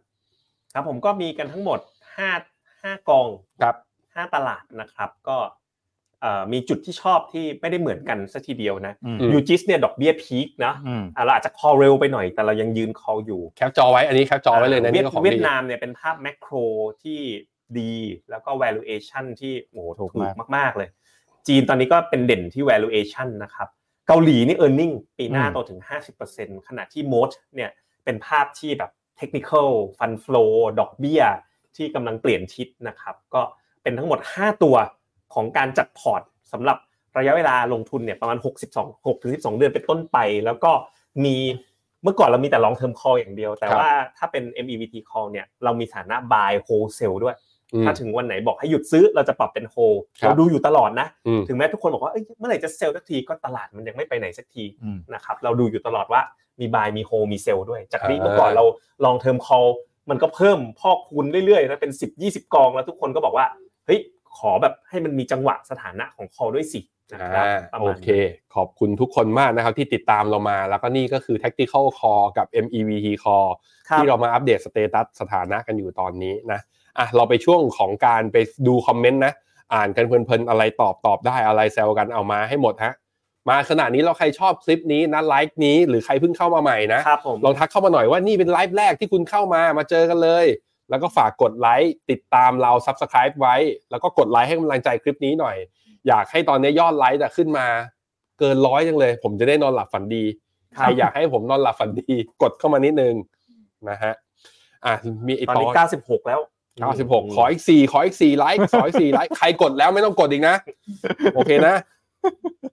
S4: ครับผมก็มีกันทั้งหมด5 5กอง
S2: ครับ
S4: ห้าตลาดนะครับก็เอ่อมีจุดที่ชอบที่ไม่ได้เหมือนกันสัทีเดียวนะ
S3: อืม
S4: ยูจิสเนี่ยดอกเบี้ยพีคนะ
S3: อืม
S4: อ่ะเราอาจจะ call เร็วไปหน่อย แต่เรายังยืน call อยู่
S2: แคปจอไว้อันนี้แคปจอไว้เลยนะ
S4: เวีย
S2: นี่
S4: ด
S2: ก็ของ
S4: เวีย
S2: ดี
S4: ดนามเนี่ยเป็นภาพแมกโครที่ ดี แล้วก็ valuation ที่โอ้โห
S3: ถู
S4: ถู
S3: ก
S4: ก
S3: มาก
S4: มาก ๆ เลย จีนตอนนี้ก็เป็นเด่นที่ valuation นะครับ เกาหลีนี่ earning ปีหน้า
S2: อืม
S4: โตถึง 50%ขณะที่ most เนี่ยเป็นภาพที่แบบ technical fund flow ดอกเบี้ย ที่กำลังเปลี่ยนทิศนะครับ ก็เป็นทั้งหมด 5 ตัวของการจัดพอร์ตสำหรับระยะเวลาลงทุนเนี่ยประมาณ 62 6ถึง12 เดือนเป็นต้นไป แล้วก็มีเมื่อก่อนเรามีแต่ long term call อย่างเดียว แต่
S2: ครับ
S4: ว่าถ้าเป็น MEVT call เนี่ยเรามีฐานะ buy wholesale ด้วย
S2: อืม
S4: ถ้าถึงวันไหนบอกให้หยุดซื้อเราจะปรับเป็น hold
S2: ครับ
S4: เราดูอยู่ตลอดนะ
S2: อืม
S4: ถึงแม้ทุกคนบอกว่าเอ้ยเมื่อไหร่จะเซลล์สักทีก็ตลาดมันยังไม่ไปไหนสักที
S3: อืม
S4: นะครับเราดูอยู่ตลอดว่ามีบายมีโฮมีเซลด้วย จากที่
S2: อ่า
S4: เมื่อก่อนเราลองเทอมคอลมันก็เพิ่มพอกคูณเรื่อยๆแล้วเป็น 10 20 กองแล้วทุกคนก็บอกว่าเฮ้ยขอแบบให้มันมีจังหวะสถานะของคอลด้วยสินะครับ
S2: อ่า
S4: ประ
S2: โอ
S4: มาณ
S2: เค
S4: นี้
S2: ขอบคุณทุกคนมากนะครับที่ติดตามเรามา แล้วก็นี่ก็คือ tactical call กับ MEVT call
S4: ครับ
S2: ที่เรามาอัปเดตสเตตัสสถานะกันอยู่ตอนนี้นะ อ่ะเราไปช่วงของการไปดูคอมเมนต์นะ อ่านกันเพลินๆอะไรตอบตอบได้อะไรแซวกันเอามาให้หมดฮะ มาขณะนี้เราใครชอบคลิปนี้นะไลค์นี้หรือใครเพิ่งเข้ามาใหม่นะ
S4: ครับผม
S2: ลองทักเข้ามาหน่อยว่านี่เป็นไลฟ์แรกที่คุณเข้ามามาเจอกันเลย แล้วก็ฝากกดไลค์ติดตามเรา Subscribe ไว้ แล้วก็กดไลค์ให้กำลังใจคลิปนี้หน่อย อยากให้ตอนนี้ยอดไลค์จะขึ้นมาเกินร้อยจังเลย ผมจะได้นอนหลับฝันดี
S4: ค
S2: ใค
S4: รั
S2: ร
S4: บ
S2: อยากให้ผมนอนหลับฝันดี กดเข้ามานิดนึงนะฮะอ่ะมีไอ้
S4: ตอน
S2: ตอ
S4: นี้
S2: น
S4: 96 แล้ว
S2: 96 ขออีก4ขออีก4ไลค์ขออีก4ไลค์ใครกดแล้วไม่ต้องกดอี กนะ โอเคนะ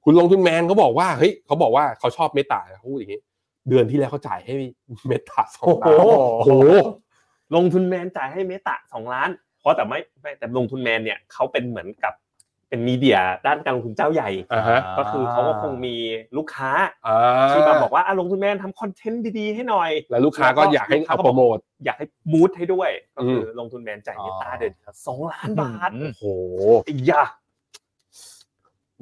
S2: คุณลงทุนแมนเขาบอกว่าเฮ้ยเขาบอกว่าเขาชอบเมตาเขาพูดอย่างนี้ เดือนที่แล้วเขาจ่ายให้เมตาสอง
S4: โอ้
S2: ล้า
S4: โห
S2: น
S4: โอ้โหลงทุนแมนจ่ายให้เมตะ 2 ล้าน เพราะแต่ไม่ไม่แต่ลงทุนแมนเนี่ยเขาเป็นเหมือนกับเป็นมีเดียด้านการลงทุนเจ้าใหญ่
S2: อ่าฮะ
S4: ก็คือเขาก็คงมีลูกค้า
S2: อ่า
S4: ที่มาบอกว่าอ่ะลงทุนแมนทำคอนเทนต์ดีๆให้หน่อย
S2: แล้วลูกค้าก็อยากให้เอาโปรโมท
S4: อยากให้มูดให้ด้วย ก็คือ
S2: ม
S4: ลงทุนแมนจ่ายเงินตา
S3: อ๋อ
S4: เดือนละสองล้านบาท
S3: อืม
S2: โอ้โห
S4: อีกอย่า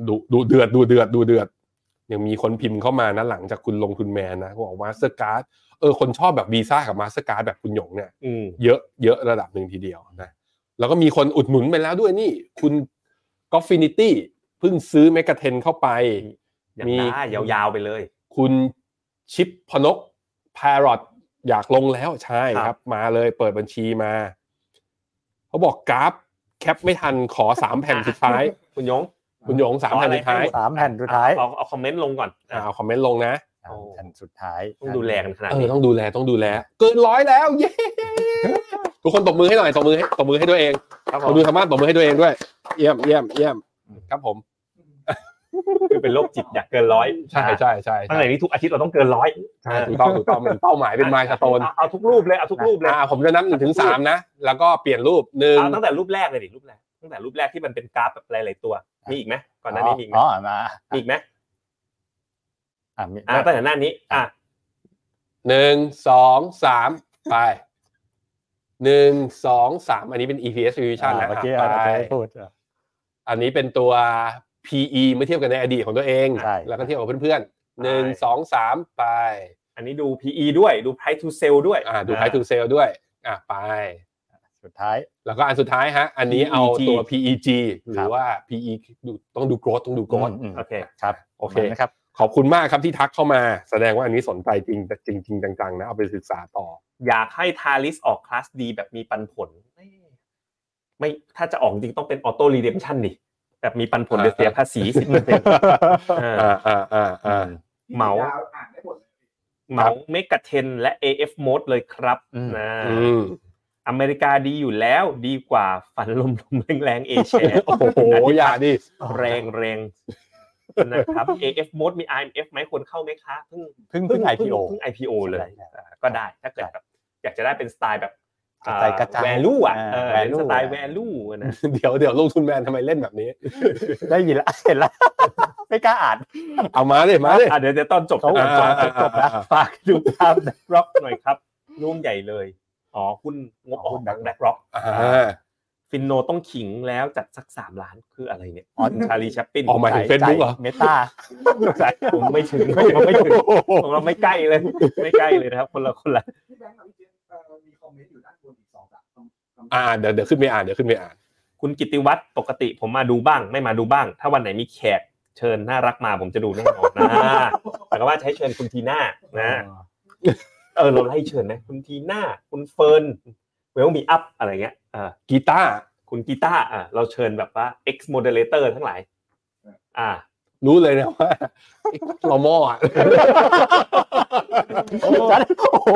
S2: ดูดูเดือดดูเดือดดูเดือด ยังมีคนพิมพ์เข้ามานะหลังจากคุณลงทุนแมนนะเขาบอกมาสเตอร์การ์ดเออคนชอบแบบวีซ่ากับมาสเตอร์การ์ดแบบคุณหยงเนี่ย
S4: อืม
S2: เยอะเยอะระดับหนึ่งทีเดียวนะ แล้วก็มีคนอุดหนุนไปแล้วด้วยนี่ คุณก็ฟินิตี้เพิ่งซื้อเมกะเทนเข้าไป
S4: อย่างได้ยาวๆไปเลย
S2: คุณชิปพนกพารอตอยากลงแล้วใช่ค
S4: ครั
S2: รับ
S4: บ
S2: มาเลยเปิดบัญชีมา เขาบอกกราฟแคปไม่ทันขอสามแผ่นสุด ท้าย
S4: คุณยง
S2: คุณหยงสามแผ่นสุดท้าย
S3: สามแผ่นสุดท้าย
S4: เอาเอาคอมเมนต์ลงก่อน
S2: อ่ะ
S4: อ่ะ
S2: เอาคอมเมนต์ลงนะ
S3: สามแผ่นสุดท้าย
S4: ต้องดูแลกันขนาด
S2: เออ
S4: นี้
S2: ต้องดูแลต้องดูแล เกินร้อยแล้ว เย้ทุกคนตบมือให้หน่อยตบมือให้ตบมือให้ตัวเอง
S4: ครับผ
S2: เรา
S4: ม
S2: ดูธรรมะตบมือให้ตัวเองด้วย เยี่ยมเยี่ยมเยี่ยมครับผม
S4: คือเป็นโรคจิตอยากเกินร้อย
S2: ใช่ใช่ใช่ใช่
S4: ตั้งแต่นี้ทุกอาทิตย์เราต้องเกินร้อย
S2: ใช่ถูกต้องถูกต้องเป็นเป้าหมายเป็นมายสโตน
S4: เอาเอาทุกรูปเลยเอาทุกรูปเลย
S2: อ่าผมจะนับหนึ่งถึงสามนะ แล้วก็เปลี่ยนรูปหนึ่ง
S4: เอาตั้งแต่รูปแรกเลยดิรูปแรกตั้งแต่รูปแรกที่มันเป็นกราฟแบบหลายๆตัวมีอีกไหมก่อนหน้านี้มีอีกไหม
S3: อ๋อมา
S4: มีอีกไหม
S3: อ่ะมี
S4: อ่ะตั้งแต่หน้านี้อ่ะ
S2: หนึ่งสองสามไปหนึ่งสองสามอันนี้เป็น EPS revision นะ
S3: เมื่อกี้
S2: อ่ะ
S3: อาจ
S2: ไป
S3: จะพูดอ่ะ
S2: อันนี้เป็นตัว PE เมื่อเทียบกันในอดีตของตัวเอง
S3: ใช่
S2: แล้วก็เทียบกับเพื่อนๆหนึ่ง
S4: ใช่
S2: สองสามไป
S4: อันนี้ดู PE ด้วยดู price to sell ด้วย
S2: อ่าดู price to sale ด้วย อ่าไป
S3: สุดท้าย
S2: แล้วก็อันสุดท้ายฮะ อันนี้เอาตัว PEG ห
S3: ค
S2: รื
S3: รั
S2: อบ ว่า PE ดูต้องดู growth ต้องดู growth
S3: อืม
S4: โอเค
S3: ครับ
S2: โอเค
S3: ประมาณนะครับ
S2: ขอบคุณมากครับที่ทักเข้ามา แสดงว่าอันนี้สนใจจริงจริงจริงจังๆนะ เอาไปศึกษา ต่อ
S4: อยากให้ทาริสออกคลาสดีแบบมีปันผล ไม่ไม่ถ้าจะออกจริงต้องเป็นออโต้รีเดมชันดิแบบมีปันผล
S2: อ่า
S4: เดี๋ยวเสียภาษีสิบเปอร์เซ็นต์
S2: อ่าอ่าอ่าอ่า
S5: เมาส์อ่านได้หมดเลย
S4: เหมาเมกะเทนและ AF Mode เลยครับ
S3: อืม
S4: นะ
S2: อื ม
S4: อเมริกาดีอยู่แล้วดีกว่าฝันลมๆแรงๆเอเชีย
S2: โอ้โหอย่าดิ
S4: แรงแรงๆนะครับ AF Mode มี IMF ไหมควรเข้าไหมคะเพิ่ง
S3: เพิ่งเพิ่ง IPO
S4: เพิ่ง IPO เลย
S3: ใช่ใช่
S4: อ่าก็ได้ถ้าเกิดแบบอยากจะได้เป็นสไตล์แบบ
S3: กระจายกระจาย
S4: แวลูอ่ะ
S3: อ่า
S4: เออ
S3: value
S4: สไตล์
S3: อ่ะ
S4: แวลูนะ
S2: เดี๋ยวเดี๋ยวลงทุนแมนทำไมเล่นแบบนี้
S3: ได้ยินแล้วเห็นแล้ว ไม่กล้าอ่าน
S2: เอามาดิมาดิ
S4: อ่ะเดี๋ยวเดี๋ยวตอนจบ
S3: เขา
S4: ตอนจบ
S2: อ่า
S3: จบนะฝากดูภาพนะ
S4: ร็อกหน่อยครับร่วมใหญ่เลยอ๋อหุ้นงบออ
S3: หุ้
S4: ก
S3: น
S4: แบง
S3: BlackRock
S4: ค์แบล็กร็อก
S2: อ่า
S4: ฟินโนต้องขิงแล้วจัดสักสามล้านคืออะไรเนี่ย
S3: อ๋อ
S4: ชาลีแชปปิน
S2: ออกมา ยถึง Facebook เหรอ
S3: เมตา
S4: ใช่ผมไม่ถึงผมไม่ถึงของเราไม่ใกล้เลยไม่ใกล้เลยนะครับ คนละคนละ
S5: พี่แบงค์กับพี่เจนเอ่อมีคอมเมนต์อยู่ด้านบนอีกสองสามคำคำ
S2: อ่าเดี๋ยวเดี๋ยวขึ้นไปอ่านเดี๋ยวขึ้นไปอ่าน
S4: คุณกิติวัตรปกติผมมาดูบ้าง ไม่มาดูบ้าง ถ้าวันไหนมีแขกเชิญน่ารักมาผมจะดูแน่นอนนะ แต่ก็ว่าจะใช้เชิญคุณทีน่านะ เออเราไล่เชิญไหมคุณทีน่า คุณเฟิร์น เวลมีอัพอะไรเงี้ยเออ
S2: กีตาร์
S4: คุณกีตาร์อ่ะเราเชิญแบบว่า ex moderator ทั้งหลาย อ่า
S2: รู้เลยนะ ว่าเราหม้อ อะ
S3: จัดโอ้โห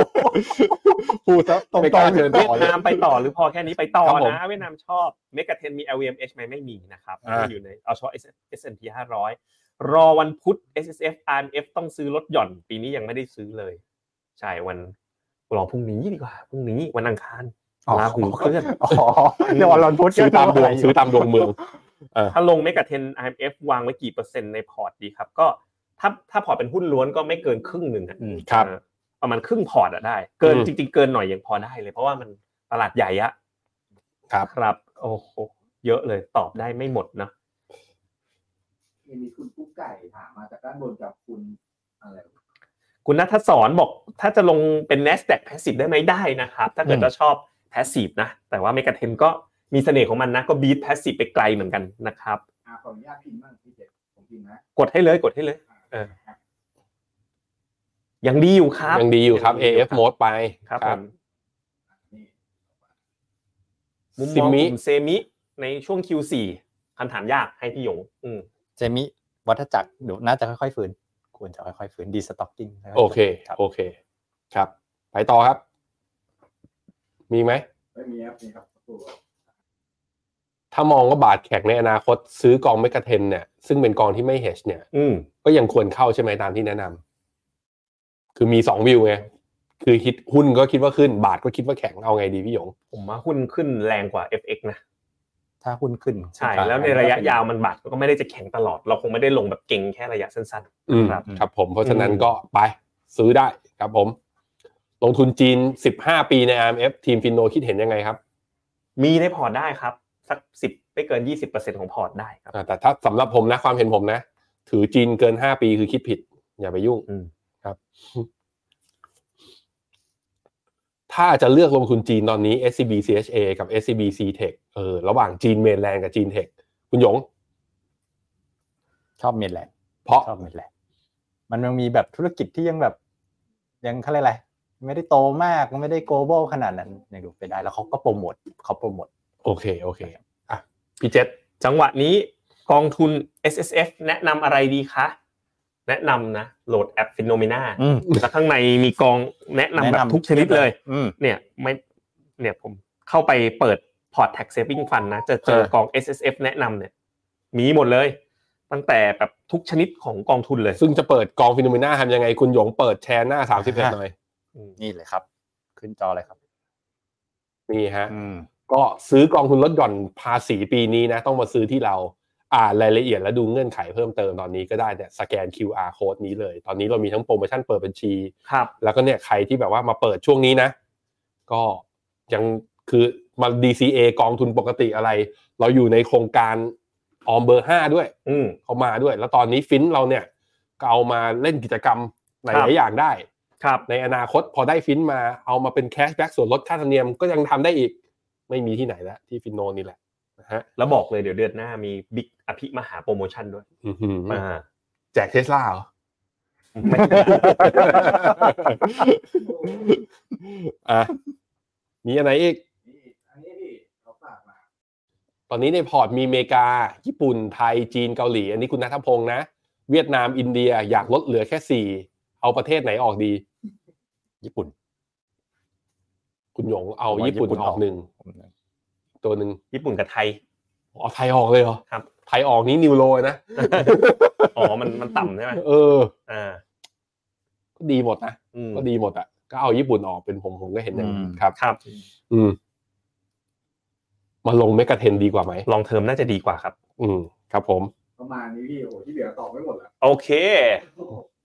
S3: พูดซะตรง
S2: ไม่ก
S3: ตร
S2: ล้าง เชิญ
S3: ต่
S4: เวีย
S3: อ
S4: ด
S3: เลย
S4: นามไปต่อหรือพอแค่นี้ไปต่อ
S2: ครับผม
S4: นะเวียดนามชอบ เมกะเทนมี LVMH ไหมไม่มีนะครับ
S2: อ่า
S4: ไม่อยู่ในเอาเฉพาะ S&P 500 รอวันพุธ SSF RMF ต้องซื้อลดหย่อน ปีนี้ยังไม่ได้ซื้อเลย ใช่วันรอพรุ่งนี้ดีกว่าพรุ่งนี้วันอังคาร
S3: อ๋อ
S4: ลาหูเคลื่อน
S3: อ๋อเดี๋ยววันรอนพูด
S2: ซื้อตามดวงซื้อตามดวงเมือง
S4: ถ้าลงเมกะเทน RMF วางไว้กี่เปอร์เซ็นต์ในพอร์ตดีครับ ก็ถ้าถ้าพอร์ตเป็นหุ้นล้วนก็ไม่เกินครึ่งหนึ่งอะ
S3: อืม
S2: ครับ
S4: เอ่อประมาณครึ่งพอร์ตอะได้ เกิน
S2: อืม
S4: จริง ๆ เกินหน่อยยังพอได้เลย เพราะว่ามันตลาดใหญ่อะ
S2: ครับ
S4: ครับ โอ้โหเยอะเลยตอบได้ไม่หมดนะ
S5: มีมีคุณกุ๊กไก่ถามมาจากด้านบนกับคุณอะไร
S4: คุณนัทสอนบอก ถ้าจะลงเป็น n a s d a q Passive ได้ไหมได้นะครับ ถ้าเกิด
S3: อืม
S4: เราชอบ Passive นะ แต่ว่า Mega t r e n ก็มีเสน่ห์ของมันนะ ก็บีท Passive ไปไกลเหมือนกันนะครับ
S5: อ่าขออนุญาตพิมพ์บ้างพี่เจ็ดผมพิมพ์นะ
S4: กดให้เลยกดให้เลย
S5: อ่า
S4: เออ ยังดีอยู่ครับ
S2: ยังดีอยู่ครับ
S4: ง
S2: AF
S4: ครับ
S2: mode ไป
S4: ครับผม
S5: นี่
S4: มุมมอง
S2: ซิมิ
S4: กลุ่มเซมิในช่วง Q4 คำถามยากให้พี่หยงอืม
S3: เจมิวัฏจักรเดี๋ยวน่าจะค่อยๆฟื้นควรจะค่อยๆฟื้นดีสต็อกกิ้ง
S2: โอเค
S3: ครับ
S2: โอเค ครับ ไปต่อครับ มีไหม
S5: ไม่มีครับนี่ครับตัว
S2: ถ้ามองว่าบาทแข็งในอนาคตซื้อกองเมกะเทนเนี่ย ซึ่งเป็นกองที่ไม่เฮชเนี่ย
S4: อืม
S2: ก็ยังควรเข้าใช่ไหมตามที่แนะนำคือมีสองวิวไง คือคิดหุ้นก็คิดว่าขึ้น บาทก็คิดว่าแข็งเอาไงดีพี่หยง
S4: ผมว่าหุ้นขึ้นแรงกว่า FX นะ
S3: ถ้าหุ้นขึ้น
S4: ใช่ แล้วในระยะยาวมันบาทก็ไม่ได้จะแข็งตลอด เราคงไม่ได้ลงแบบเก่งแค่ระยะสั้น
S2: อืม
S4: ครับ
S2: ครับผมเพราะฉะนั้นก็ไปซื้อได้ครับผม ลงทุนจีน 15 ปีใน IMF ทีมฟินโนคิดเห็นยังไงครับ
S4: ๆ มีในพอร์ตได้ครับ สักสิบไม่เกิน 20%ของพอร์ตได้ครับ
S2: อ่าแต่ถ้าสำหรับผมนะความเห็นผมนะ ถือจีนเกิน 5 ปีคือคิดผิด อย่าไปยุ่ง
S4: อืม
S2: ครับ ถ้าจะเลือกลงทุนจีนตอนนี้ SCB CHA กับ SCB C Tech เออระหว่างจีนเมนแลนด์กับจีนเทคคุณหยง
S3: ชอบเมดแลนด์
S2: เพราะ
S3: ชอบเมดแลนด์มันยังมีแบบธุรกิจที่ยังแบบยังเขาเรียกอะไรไม่ได้โตมากไม่ได้ global ขนาดนั้นยังดูไปได้แล้วเขาก็โปรโมทเขาโปรโมท
S2: โอเค โอเคอ่ะพี่เจษ
S4: จังหวะนี้กองทุน S S F แนะนำอะไรดีคะ แนะนำนะ โหลดแอป Phenomena
S3: อืม
S4: แล้วข้างในมีกองแนะนำแบบทุกชนิดเลย
S3: อืม
S4: เนี่ยไม่เนี่ยผมเข้าไปเปิดพอร์ต tax saving fund นะ จะเจอกอง S S F แนะนำเนี่ย มีหมดเลย ตั้งแต่แบบทุกชนิดของกองทุนเลย
S2: ซึ่งจะเปิดกองฟิโนเมนาทำยังไง คุณหยงเปิดแชร์หน้า31หน่อย
S3: นี่เลยครับ ขึ้นจอเลยครับ
S2: นี่ฮะ
S3: อืม
S2: ก็ซื้อกองทุนลดหย่อนภาษีปีนี้นะ ต้องมาซื้อที่เราอ่านรายละเอียดและดูเงื่อนไขเพิ่มเติมตอนนี้ก็ได้เนี่ยสแกน QR code นี้เลย ตอนนี้เรามีทั้งโปรโมชั่นเปิดบัญชี
S4: ครับ
S2: แล้วก็เนี่ยใครที่แบบว่ามาเปิดช่วงนี้นะ ก็ยังคือมา DCA กองทุนปกติอะไร เราอยู่ในโครงการออมเบอร์ 5 ด้วย
S4: อืม
S2: เขามาด้วย แล้วตอนนี้ฟินเราเนี่ยก็เอามาเล่นกิจกรรมห
S4: ครั
S2: ลาย
S4: บ
S2: ๆอย่างได้
S4: ครับ
S2: ในอนาคตพอได้ฟินมาเอามาเป็นแคชแบ็กส่วนลดค่าธรรมเนียมก็ยังทำได้อีก ไม่มีที่ไหนแล้วที่ฟินโนนี่แหละนะฮะ
S4: แล้วบอกเลยเดี๋ยวเดือนหน้ามีบิ๊กอภิมหาโปรโมชั่นด้วย
S2: อื้อหือ
S4: อ่า
S2: แจกเทสลาเหรอ
S4: ไม่
S2: อ่ะมีอะไรอีก
S5: นี่อันนี้พี่เขาฝากมา
S2: ตอนนี้ในพอร์ตมีอเมริกา ญี่ปุ่นไทยจีนเกาหลี อันนี้คุณนัทพงษ์นะ เวียดนามอินเดียอยากลดเหลือแค่สี่เอาประเทศไหนออกดี
S3: ญี่ปุ่น
S2: คุณหยงเอา
S3: ผมว่า
S2: ญี่ปุ่น
S3: ญี่ปุ่น
S2: อ
S3: อ
S2: อ
S3: อก ก
S2: หนึ่งตัวหนึ่ง
S4: ญี่ปุ่นกับไทย
S2: อ๋อไทยออกเลยเหรอ
S4: ครับ
S2: ไทยออกนี้นิวโรนะ
S4: อ๋อ มันมันต่ำใช่ไหม
S2: เออ
S4: อ่า
S2: ก็ดีหมดนะ
S4: อืม
S2: ก็ดีหมดอ่ะ ก็เอาญี่ปุ่นออกเป็นผมผมก็เห็นอย่างนั้น
S3: อืม
S2: ครับ
S4: ครับ
S2: อืม มาลงเมกะเทนดีกว่าไหม
S4: ลองเทอมน่าจะดีกว่าครับ
S2: อืม ครับผม
S5: ประมาณนี้พี่โอ้โหที่เหลือตอบไม่หมดแล้ว
S4: โอเค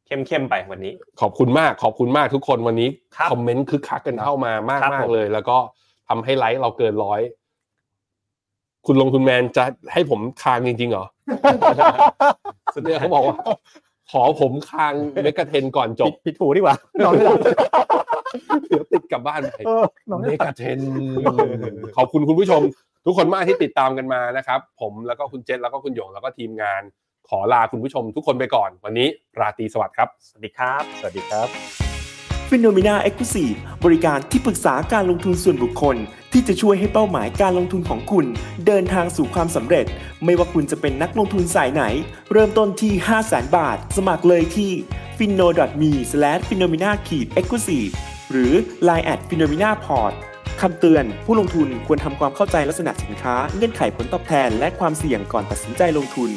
S4: เข้มเข้มๆไปวันนี้
S2: ขอบคุณมาก ขอบคุณมากทุกคนวันนี้
S4: ครับ
S2: คอมเมนต์คึกคักกันเข้ามามาก
S4: ครับ
S2: มาก
S4: ผม
S2: เลย แล้วก็ทำให้ไลค์เราเกินร้อย คุณลงคุณแมนจะให้ผมคางจริงๆเหรอ
S4: สุด
S2: เนี่ยเขาบอกว่า ขอผมคางเมกะเทนก่อนจ
S3: ปิ
S2: บ
S3: ดปิดหูดีกว่านอน ไม่หลับ
S2: เดี๋ยวติดกลับบ้านไป
S3: เออน อนไม่ห
S2: เม
S3: ลับ
S2: กะเทรนด์ขอบคุณคุณผู้ชม ทุกคนมากที่ติดตามกันมานะครับ ผมแล้วก็คุณเจษแล้วก็คุณหยงแล้วก็ทีมงาน ขอลาคุณผู้ชมทุกคนไปก่อน วันนี้ราตรีสวัสดิ์ครับ
S4: สวัสดีครับ
S3: สวัสดีครับ
S6: p h e n o m e n a e x c l u s i v e บริการที่ปรึกษาการลงทุนส่วนบุคคล ที่จะช่วยให้เป้าหมายการลงทุนของคุณ เดินทางสู่ความสำเร็จ ไม่ว่าคุณจะเป็นนักลงทุนสายไหน เริ่มต้นที่ 5 0 0 0 0 0 บาท สมัครเลยที่ f i n o m e p h e n o m e n a e x c l u s i v e หรือ line at p h e n o m e n a p o r t คำเตือน ผู้ลงทุนควรทำความเข้าใจลักษณะสินค้า เงื่อนไขผลตอบแทน และความเสี่ยงก่อนตัดสินใจลงทุน